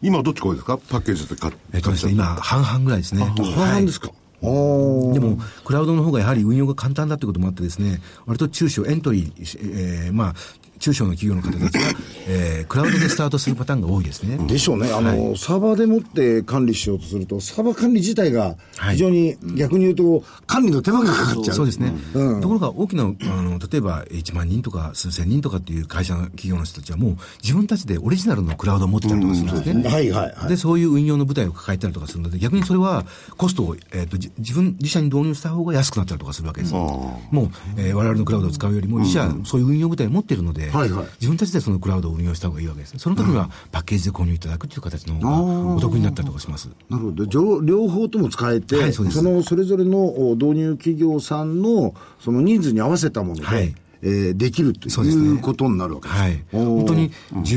今どっちが多いですかパッケージで買っ
えっとですね、今、半々ぐらいですね。
半
は
々
い
ですか。あー
でも、クラウドの方がやはり運用が簡単だということもあってですね、割と中小、エントリーし、えーまあ、中小の企業の方たちが、えークラウドでスタートするパターンが多いですね。
でしょうね、あの、サーバーでもって管理しようとすると、サーバー管理自体が
はい
非常に逆に言うと、管理の手間がかかっちゃう。
そうですね、ところが大きなあの例えば1万人とか数千人とかっていう会社の企業の人たちはもう自分たちでオリジナルのクラウドを持ってたりとかするんですね、
はいはいはい。
でそういう運用の舞台を抱えたりとかするので逆にそれはコストを、えー、とじ自分自社に導入した方が安くなったりとかするわけです、もう、えー我々のクラウドを使うよりも自社、そういう運用舞台を持っているので、
はいはい
自分たちでそのクラウドを運用した方がいいわけですねその時にはパッケージで購入いただくという形の方がお得になったりとかします、
なるほど両両方とも使えて、
はいそ
そう
です
のそれぞれのお導入企業さんのそのニーズに合わせたもので、
はい
えーできるとい
そうですね
うことになるわけです。
はい。
おー
本当に10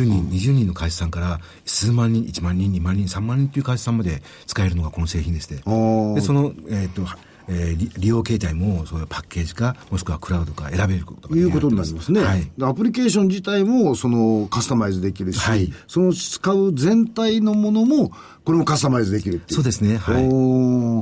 人、20人の会社さんから数万人、1万人、2万人、3万人という会社さんまで使えるのがこの製品でして。
ー
で、その、えっ、と、えー利利用形態もそういうパッケージか、もしくはクラウドか選べることができ
い
る
うことになりますね、
はい。
でアプリケーション自体もそのカスタマイズできるし、
はい
その使う全体のものも、これもカスタマイズできるっていう。
そうですね。はい。
お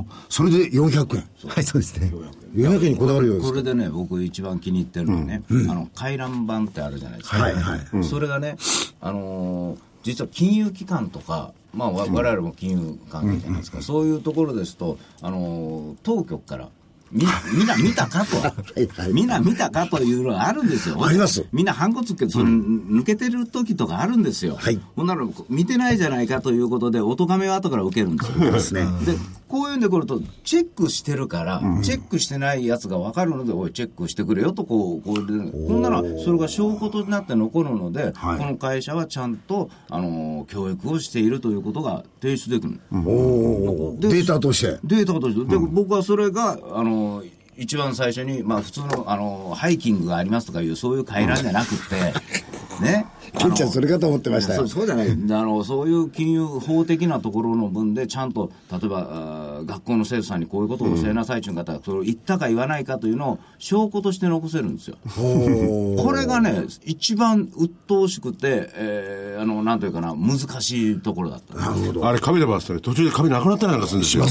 ーそれで400円。
はい、そうですね。
400円にこだわるようです
こ
か
れでね僕一番気に入ってるのはね、あの回覧板ってあるじゃないですか、
はい
はい
それがね、あのー実は金融機関とか、まあ、わ我々も金融関係じゃないですか、そういうところですと、あのー当局からみみんな見たかと
い はい
みんな見たかというのがあるんですよ
あります
みんなハンコつけてそれ抜けてる時とかあるんですよ、
はい
ほんなら見てないじゃないかということでお咎めは後から受けるんですよ
ですね。
でこういうんでくるとチェックしてるから、チェックしてないやつが分かるのでおいチェックしてくれよとこうこうでこんならそれが証拠となって残るので、
はい
この会社はちゃんと、あのー教育をしているということが提出できる、
おー
で
データとして。
データとしてで、僕はそれが、あのー一番最初に、まあ、普通の、あのーハイキングがありますとかいうそういう回覧じゃなくて、ね あ
ケ
の
ンちゃん、それかと思ってました
そ
よ
う。そうじゃないあのそういう金融法的なところの分でちゃんと例えばあー学校の生徒さんにこういうことを教えなさいという方は、それを言ったか言わないかというのを証拠として残せるんですよ。これがね一番鬱陶しくて、えーあのなんというかな難しいところだったんです
あれ、紙で回すとね、途中で紙なくなったりなんかするんですよ。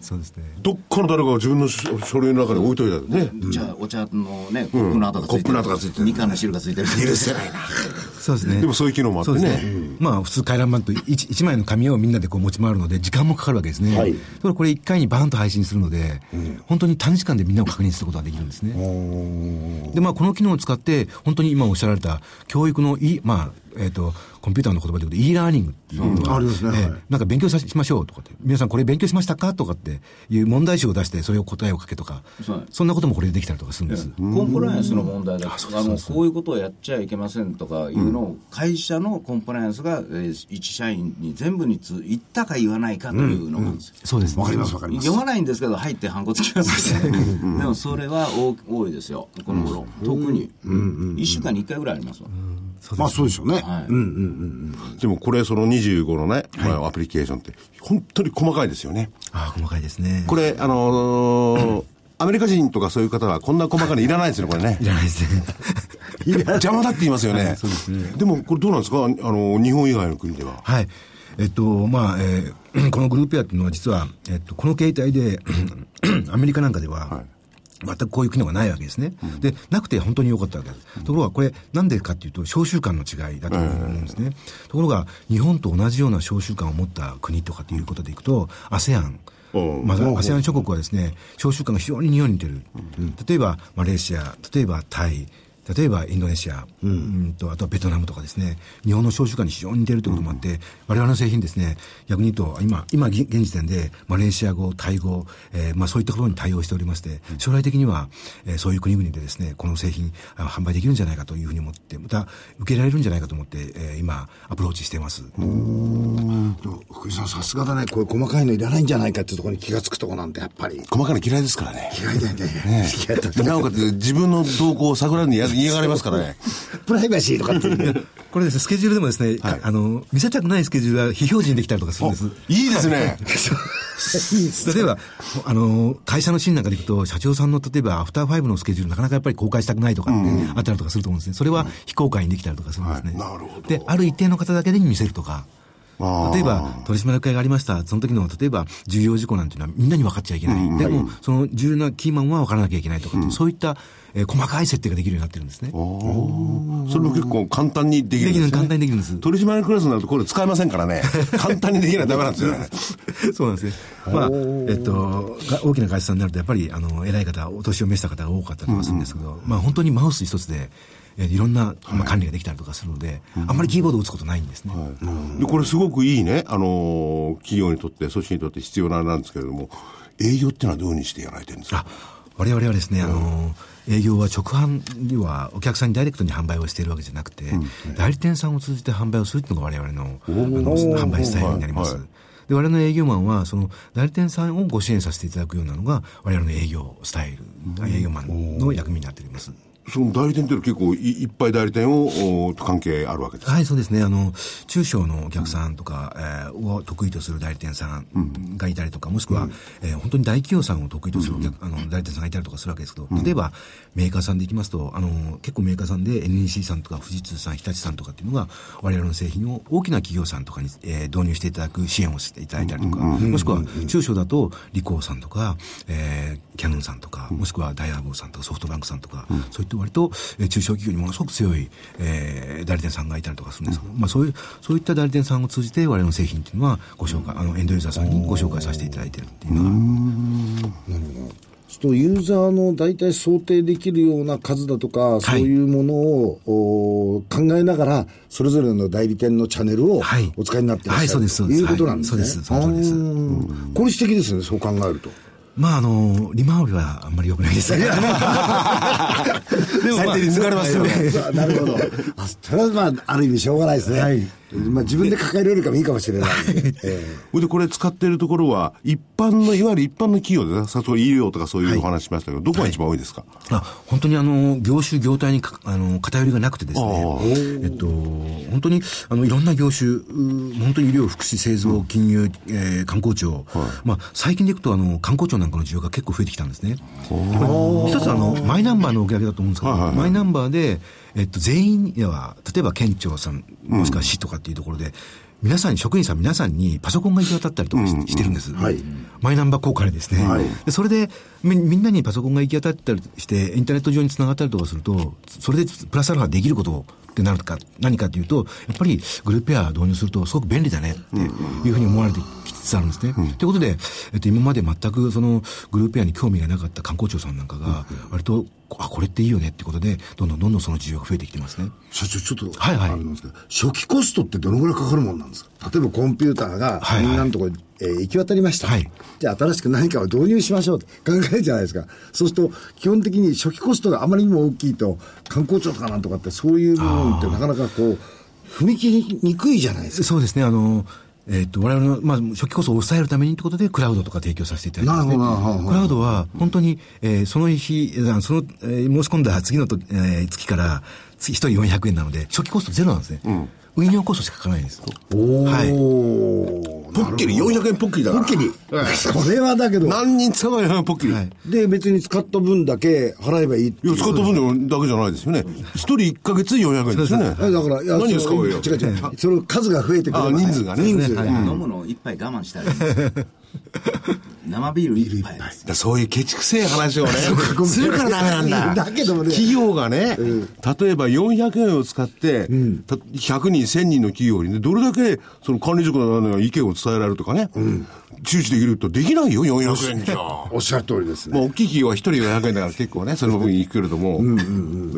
そうですね。
どっかの誰かが自分の書書類の中で置いといたりね。
じゃあお茶のねコップの跡がついて
コップの跡がついてる
みかんの汁がついてる許せないな
そうですね
でもそういう機能もあってね
そうですまあ普通回覧板と 1, 一枚の紙をみんなでこう持ち回るので時間もかかるわけですね、
はい
ところがこれ1回にバーンと配信するので、本当に短時間でみんなを確認することができるんですね、で、まあ、この機能を使って、本当に今おっしゃられた、教育のいい、まあ、えっ、と、コンピューターの言葉で言うと、e ラーニングっていうのが、
ありますね
ええ
はい
なんか勉強さしましょうとかって、皆さんこれ勉強しましたかとかっていう問題集を出して、それを答えを書けとか、
そう
そんなこともこれでできたりとかするんです。
コンプライアンスの問題だあのこういうことをやっちゃいけませんとかいうのを会社のコンプライアンスが、えー一社員に全部につ言ったか言わないかというのがあるんですよ
そうですね。
わかりますわかります
読まないんですけど入ってハンコつきますよねでもそれは多多いですよこの頃、特に、1週間に1回ぐらいありますわ、
まあそうでしょうね。
はい
うんうんうん。
でもこれ、その25のね、まあアプリケーションって、本当に細かいですよね。
ああ、細かいですね。
これ、あのーアメリカ人とかそういう方はこんな細かいのいらないですね、これね
い。らないですね。
邪魔だ って言いますよ ね。でも、これどうなんですかあの、日本以外の国では。
はい。えっと、まあ、えー このグループやっていうのは実は、えっと、この形態で、 アメリカなんかでは、
はい
全くこういう機能がないわけですね。で、なくて本当に良かったわけです。ところが、これ、なんでかっていうと、召集感の違いだと思うんですね。ところが、日本と同じような召集感を持った国とかということでいくと、ASEAN。
うん
まず ASEAN 諸国はですね、召集感が非常に日本に似てる。例えば、マレーシア、例えばタイ、例えばインドネシア、うん、とあとはベトナムとかですね、日本の少子化に非常に似てるということもあって、我々の製品ですね、逆に言うと、今、今、現現時点で、マレーシア語、タイ語、えーまあ、そういったことに対応しておりまして、将来的には、えーそういう国々でですね、この製品、あ販売できるんじゃないかというふうに思って、また、受けられるんじゃないかと思って、えー今、アプローチしています。
でも福井さんさすがだね。こういう細かいのいらないんじゃないかってところに気がつくとこなんてやっぱり。
細かいの嫌いですからね。
意外だよね。意外だね
なおかつ、自分の動向を探るのに嫌嫌がられます からね。
プライバシーとかっていう ね。
これですね、スケジュールでもですね、
はい
あの、見せたくないスケジュールは非表示にできたりとかするんです。
いいですね。
例えば、あの、会社のシーンなんかでいくと、社長さんの例えばアフターファイブのスケジュール、なかなかやっぱり公開したくないとかって、あったりとかすると思うんですね。それは非公開にできたりとかするんですね。
はいなるほど
で、ある一定の方だけで見せるとか。
あー
例えば、取締役会がありました。その時の、例えば、重要事項なんていうのはみんなに分かっちゃいけない。でも、その重要なキーマンは分からなきゃいけないとかっていう、そういった、えー細かい設定ができるようになってるんですね。
それも結構簡単にできる
で
ん
き
ですね。
る簡単にできるんです。
取締役クラスになるとこれ使えませんから ね。簡単にできないとダメなんですよね。
そうなんですね。まあ、えっと、が大きな会社さんになると、やっぱり、あの、偉い方、お年を召した方が多かったりとかするんですけど、まあ、本当にマウス一つで、えいろんな、まあ、管理ができたりとかするので、あんまりキーボードを打つことないんですね。
で、これすごくいいね、あのー企業にとって、組織にとって必要なあれなんですけれども、営業っていうのはどういうふうにしてやられてるんですか
あ、我々はですね、あの、営業は直販、要はお客さんにダイレクトに販売をしているわけじゃなくて、代理店さんを通じて販売をするっていうのが我々のあの販売スタイルになります。
はいはい
で我々の営業マンは、その代理店さんをご支援させていただくようなのが、我々の営業スタイル、営業マンの役目になっております。
その代理店っていうのは結構いいっぱい代理店をおーと関係あるわけです。
はい、そうですね。あの、中小のお客さんとか、えーを得意とする代理店さんがいたりとか、もしくは、えー本当に大企業さんを得意とするお客、あの、代理店さんがいたりとかするわけですけど、例えば、メーカーさんでいきますと、あの、結構メーカーさんで NEC さんとか富士通さん、日立さんとかっていうのが、我々の製品を大きな企業さんとかに、えー導入していただく支援をしていただいたりとか、もしくは、中小だと、リコーさんとか、えーキャノンさんとか、もしくはダイハブさんとかソフトバンクさんとか、そういった割と、えー中小企業にものすごく強い、えー代理店さんがいたりとかするんですけど、まあそういう、そういった代理店さんを通じて、我々の製品っていうのは、ご紹介、あの、エンドユーザーさんにご紹介させていただいてるっていうのが、
そうするとユーザーの大体想定できるような数だとか、そういうものをお考えながら、それぞれの代理店のチャンネルを
はい
お使いになってらっしゃる、
はいそ
と
うです
いうことなんですね。
はいそうですその通りです
す。これ素敵ですね、そう考えると。
まああの、利回りはあんまり良くないですけどでもまあ
最低に抜かれますよね
あなるほど。あそれはまあ、ある意味しょうがないですね。まあ、自分で抱えられるかもいいかもしれない。ええ
それでこれ使ってるところは、一般の、いわゆる一般の企業でね、さっき医療とかそういうお話しましたけど、どこが一番多いですか、
あ本当にあの業種業態にかあの偏りがなくてです
あ
ね、えっと、本当にあのいろんな業種、うー本当に医療、福祉、製造、金融、えー観光庁、まあ、最近でいくとあの観光庁なんかの需要が結構増えてきたんですね。これ一つあのマイナンバーのおかげだと思うんですけど、
はいはいはい
マイナンバーで、えっと、全員には例えば県庁さんもしくは市とかっていうところで、皆さんに、職員さん皆さんにパソコンが行き渡ったりとかし,、てるんです、マイナンバー効果でですね、でそれでみ、みんなにパソコンが行き渡ったりして、インターネット上につながったりとかすると、それでプラスアルファできることってなるか、何かというと、やっぱりグループペア導入すると、すごく便利だねっていうふうに思われてきつつあるんですね。と、いうことで、えっと、今まで全くそのグループペアに興味がなかった観光庁さんなんかが、割と、あ、これっていいよねってことで、どんどんどんどんその需要が増えてきてますね。
社長、ちょっと、
はいはい
あれなんですけど、初期コストってどのぐらいかかるもんなんですか例えばコンピューターが
はいはい
みんなのところに、えー行き渡りました、
はい
じゃあ新しく何かを導入しましょうって考えるじゃないですか。そうすると、基本的に初期コストがあまりにも大きいと、観光庁とかなんとかってそういう部分ってなかなかこう、踏み切りにくいじゃないですか。
そうですね、あの、えっ、と、我々の、まあ、初期コストを抑えるためにということで、クラウドとか提供させていただいてます、ね。
なるほどなるほど
クラウドは、本当に、えーその日、えーその、えー申し込んだ次のと、えー月から、つ一人400円なので、初期コストゼロなんですね。運用コストしかかからないんです。
おー。
はい
ポッキリ、400円ポッキリだから。
ポッキリ。 それはだけど、
何人使うのポッキリ。
はい
で、別に使った分だけ払えばいいって
い
いう
や、使った分だけじゃないですよね。一人一ヶ月400円ですよね。
えだから、いや
何を
そ
使
の
うよ。
違う違う。その数が増えてくれば
あ人数がね
人数が。
飲むの一杯我慢したらいいん ですよ生ビール一杯です
だからそういうケチくせえ話をね、するからダメなんだ。
だけどもね
企業がね、例えば400円を使って、た100人、1000人の企業にね、どれだけ、その管理職の意見を伝えられるとかね、注視できるとできないよ、400円じゃ。まあ、
おっしゃる通りですね。
大きい企業は一人400円だから結構ね、その分いくけれども、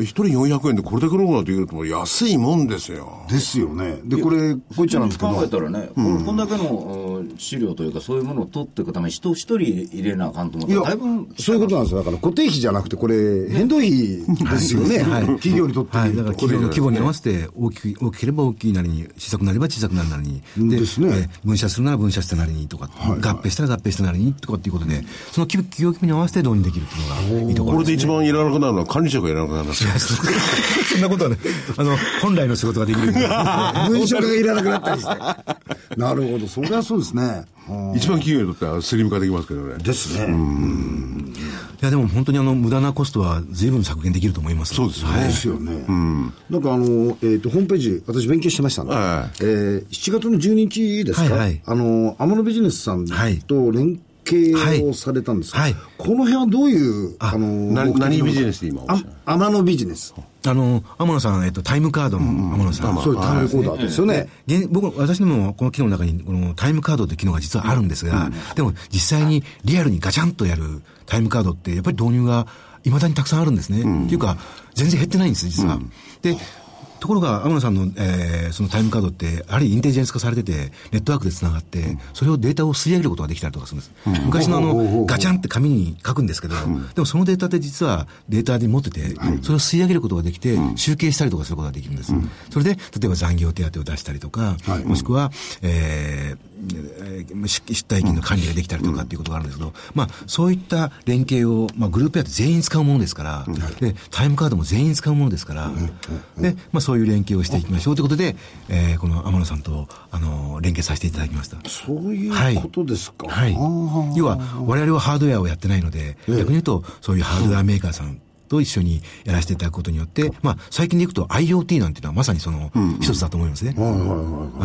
一人400円でこれだけのことができるともう安いもんですよ。
ですよね。で、これ、こいちゃなんですけ
考え
ど、
たらね、これこんだけのうん資料というか、そういうものを取っていくために、人を一人入れなあかんと思っ
い
た
や
ら、だいぶ、
そういうことなんですよ。だから固定費じゃなくて、これ、変動費です よね。企業にとって
は
み
い、だ
る
から
と。
企業の規模に合わせて大きく、大きければ大きいなりに、小さくなれば小さくなるなりに、
ですね
えー分社するなら分社したなりにとか、合併したら合併したなりにとかっていうことで、その企企業規模に合わせて導入できるっていうのがいいとこ
こ
ろ
れ
です
で一番いらなくなるのは管理職がいらなくなるんですよ。
そんなことはね、あの、本来の仕事ができる。
文書がいらなくなったりして。 なるほど、そりゃそうですね。うん
一番企業にとってはスリム化できますけどね。
ですね。
いや、でも本当にあの、無駄なコストは随分削減できると思います。
そうですね。
ですよね。なんかあの、えっと、ホームページ、私勉強してましたね。え
は
ー7月の12日です
はいは
か
い
あの、アマノビジネスさん
はい
と連携をされたんですか
はい
この辺はどういう、あの、
何
目的なの
何
か
ビジネスで今おっしゃる
あ天野ビジネス。
あの、天野さん、えっと、タイムカードの天野さん。
そういうタイムコーダーですよね。
現僕、私どもこの機能の中に、このタイムカードって機能が実はあるんですが、でも実際にリアルにガチャンとやるタイムカードって、やっぱり導入が未だにたくさんあるんですね。っていうか、全然減ってないんです、実は。で、ところが、天野さんの、えーそのタイムカードって、やはりインテリジェンス化されてて、ネットワークで繋がって、それをデータを吸い上げることができたりとかするんです。昔のあの、ガチャンって紙に書くんですけど、でもそのデータって実はデータで持ってて、それを吸い上げることができて、集計したりとかすることができるんです。それで、例えば残業手当を出したりとか、もしくは、えーえー出出退金の管理ができたりとかっていうことがあるんですけど、まあ、そういった連携を、まあ、グループやって全員使うものですから、で、タイムカードも全員使うものですから、で、まあ、そういう連携をしていきましょうということで、えーこの天野さんと、あの、連携させていただきました。
そういうことですか。
はい
あー。
要は、我々はハードウェアをやってないので、逆に言うと、そういうハードウェアメーカーさんと一緒にやらせていただくことによって、まあ、最近でいくと IoT なんていうのはまさにその、一つだと思いますね。あ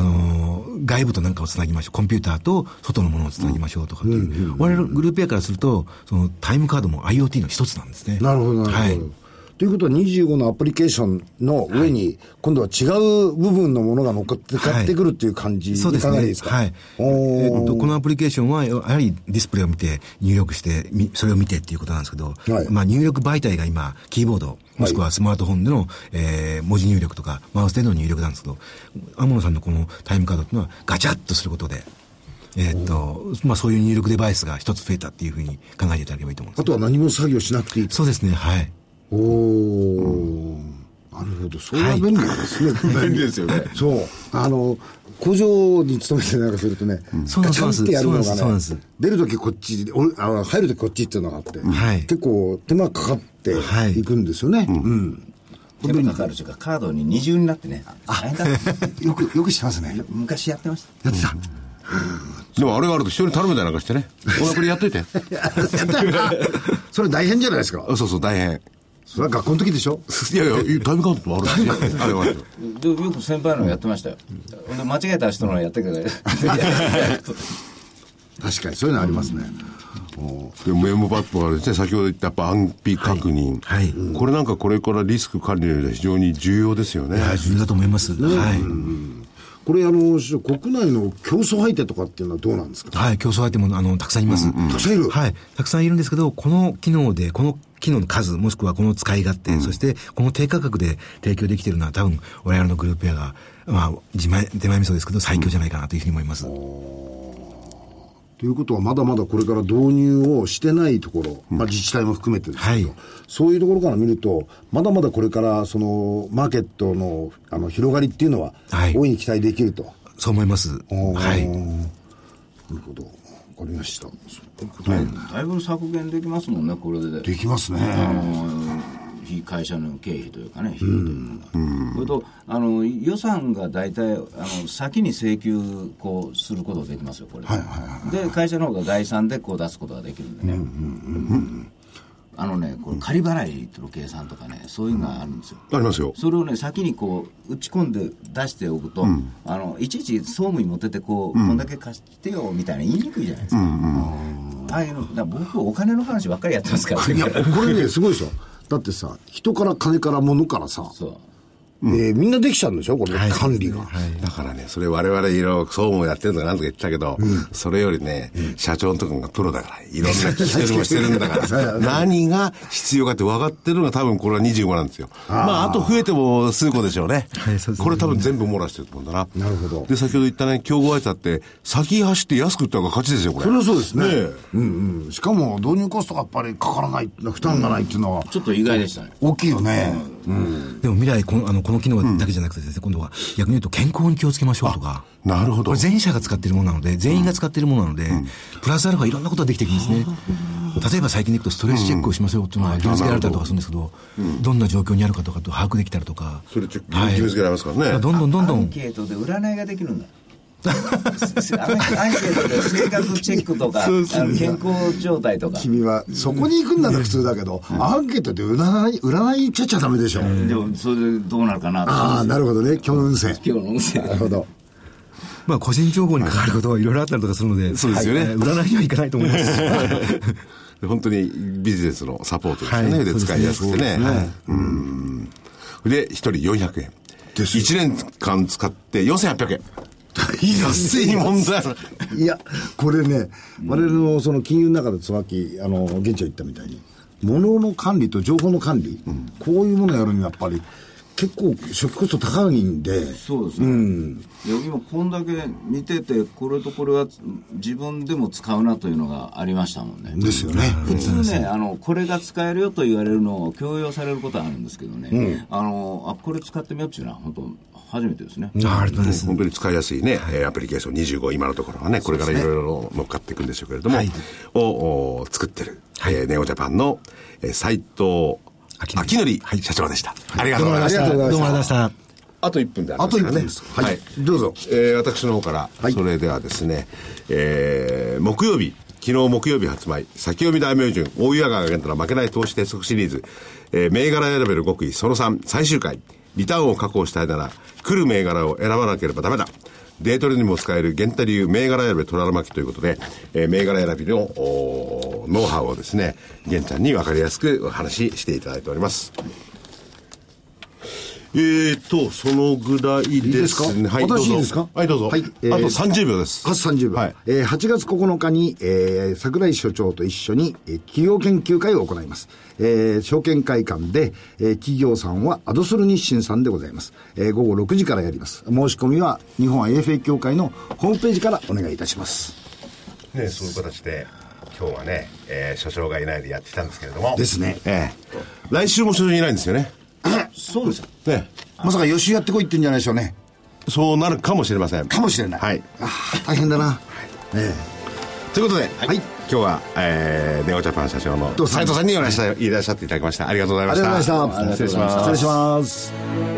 のー、外部と何かをつなぎましょう。コンピューターと外のものをつなぎましょうとかっていう。我々グループやからすると、そのタイムカードも IoT の一つなんですね。
なるほど、なるほど。
はい。
ということは25のアプリケーションの上に、今度は違う部分のものが乗っかって買ってくるっていう感じ、
そう
い
です
かが
ね。
ですか
はい。
おー
えっと、このアプリケーションは、やはりディスプレイを見て、入力して、みそれを見てっていうことなんですけど、
はい
まあ入力媒体が今、キーボード、もしくはスマートフォンでの、えー文字入力とか、マウスでの入力なんですけど、天野さんのこのタイムカードっていうのは、ガチャッとすることで、えっと、まあそういう入力デバイスが一つ増えたっていうふうに考えていただければいいと思
あ
います。
とは何も作業しなくていい。
そうですね、はい。
おお、なるほど。それは便利ですね。
便利ですよね。
そう。あの、工場に勤めてなんかするとね、
そうなん
ガ
で
チャ
す
ンってやるの
そうなんですそ
が
うなん
ね
です、
出るときこっち、おあの入るときこっちっていうのがあって、
はい
結構手間かかって
はい
いくんですよね。うん。
手間かかるというか、カードに二重になってね、あ大変 だ
よく、よくしてますね。
昔やってました。
やってた。
でもあれがあると人に頼めたりなんかしてね。お前これやっといて。
それ大変じゃないですか。
そうそう、大変。
それは学校の時でしょ
いやいや、タイムカウントもあるし、 あれはあるよ
でよく先輩のやってましたよ、で間違えた人のやって くれ
確かにそういうのありますね、
でメモバッグはですね、先ほど言ったやっぱ安否確認、
はい
これなんかこれからリスク管理の上で非常に重要ですよね。
はい、重要だと思います。はい。
これあの師匠国内の競争相手とかっていうのはどうなんですか
はい、競争相手も、あの、たくさんいます。
たくさんいる
はい、たくさんいるんですけど、この機能で、この機能の数、もしくはこの使い勝手、そしてこの低価格で提供できてるのは多分、我々のグループ屋が、まあ、自前、手前味噌ですけど、最強じゃないかなというふうに思います。
ということはまだまだこれから導入をしてないところ、まあ、自治体も含めてですけど、
はい
そういうところから見るとまだまだこれからそのマーケットのあの広がりっていうのは、
はい
大いに期待できると。
そう思います。はい。
なるほどわかりましたそういうことなんだ
だいぶ削減できますもんねこれで
できますね、
あの非会社の経費というかね、費用というのが。それとあの予算が大体あの先に請求こうすることができますよ、これ、で会社の方が概算でこう出すことができるんでね、あのね、これ仮払いとの計算とかね、そういうのがあるんですよ。
ありますよ。
それをね、先にこう打ち込んで出しておくと、あのいちいち総務に持ってってこう、こんだけ貸してよみたいな言いにくいじゃないですか、ああいうの、だから僕、お金の話ばっかりやってますから、
いやこれねすごいでしょだってさ人から金から物からさ、
そう
えーみんなできちゃうんでしょこれ、
はい
管理が、
だからね、それ我々いろいろ総務やってるとかなんとか言ってたけど、それよりね、社長のとかがプロだから、いろんな聞き取りもしてるんだから、何が必要かって分かってるのが多分これは25なんですよ。まあ、あと増えても数個でしょうね。
はいそうですね
これ多分全部漏らしてると思うんだな。
なるほど
で、先ほど言ったね、競合相手だって、先走って安く売った方が勝ちですよ、これ。
それはそうですね
ね
うんうんしかも導入コストがやっぱりかからない負担がないっていうのは
ちょっと意外でしたね。
大きいよね、
でも未来この、あの、この機能だけじゃなくてですね、今度は逆に言うと健康に気をつけましょうとか。
なるほど
これ。全社が使ってるものなので、全員が使ってるものなので、プラスアルファいろんなことができていくんですね。例えば最近でいくとストレスチェックをしましょうっていうのが義務付けられたりとかするんですけど、どんな状況にあるかとかと把握できたりとか。
それチェック
はい
義務付けられますからね
だどんどんどんど
アン
ん。
ケートで占いができるんだ。アンケートで性格チェックとか、あの健康状態とか。
君はそこに行くんなら普通だけど、アンケートで占い占いちゃっちゃダメでしょ、
でも、それでどうなるかなと
ああなるほどね強運性
今日の運勢
なるほど
まあ個人情報に関わることはいろいろあったりとかするので、
そうですよね
はい占いにはいかないと思 います。
本当にビジネスのサポートですよね。
はい
で、
そうですね
使いやすくてね。
そうですね
はいうん。で、一人400円。
ですよ
1年間使って4800円。安いもんだよ。
いやこれね我々のその金融の中で椿あの現地が言ったみたいに物の管理と情報の管理、こういうものをやるにはやっぱり結構初期コスト高いんで
そうですね。いや今こんだけ見てて、これとこれは自分でも使うなというのがありましたもんね。
ですよね、
普通ね、あのこれが使えるよと言われるのを強要されることはあるんですけどね、あのあこれ使ってみようっていうのは、本当、初めてですね。
あありがとうございます。
本当に使いやすいね、えーアプリケーション25、今のところはね、これからいろいろ乗っかっていくんでしょうけれども、
はい
をお作ってる、えーネオジャパンの斎藤
明
明則社長でした、ありがと
ど
う
う
ご
も
ざ
あ
い
りが
まし
とう
た。
ございました。どうもありがとうございました。
あと1分であり
あ
ま
と
す
1
からね
分ですはい、
はい
どうぞ
えー私の方から、
はい
それではですね、えー木曜日昨日木曜日発売先読み大名順大岩川が源太の負けない投資鉄則シリーズ、えー銘柄選べる極意その3最終回リターンを確保したいなら来る銘柄を選ばなければダメだデートレにも使える源太流銘柄選べ虎の巻ということで、えー銘柄選びのおーノウハウをですね源ちゃんに分かりやすくお話ししていただいておりますえーと、そのぐらい
いい
で
で
す
すか
ね。はい、どう
私
ぞ。
いいですか
はい、どうぞ。
はい
あと
えー
30秒です。
あと30秒、
はい。
えー8月9日に、えー桜井所長と一緒に、えー企業研究会を行います、えー証券会館で、えー企業さんはアドソル日清さんでございます、えー午後6時からやります申し込みは日本 AFA 協会のホームページからお願いいたします
ね、そういう形で、今日はね、えー所長がいないでやってきたんですけれども。
ですね
ええ来週も所長いないんですよね。
そうですよ
ね。
まさか予習やってこいって言うんじゃないでしょうね
そうなるかもしれません。
かもしれない、
はい。
あー大変だな、え
ということで、
い
今日は、えーネオジャパン社長の
どうぞ
斉藤さんにいらっしゃいらっしゃっていただきました。ありがとうござい
ー
ま
あ
し
りがとうござ
た。
いまし
失
た
礼します
失礼します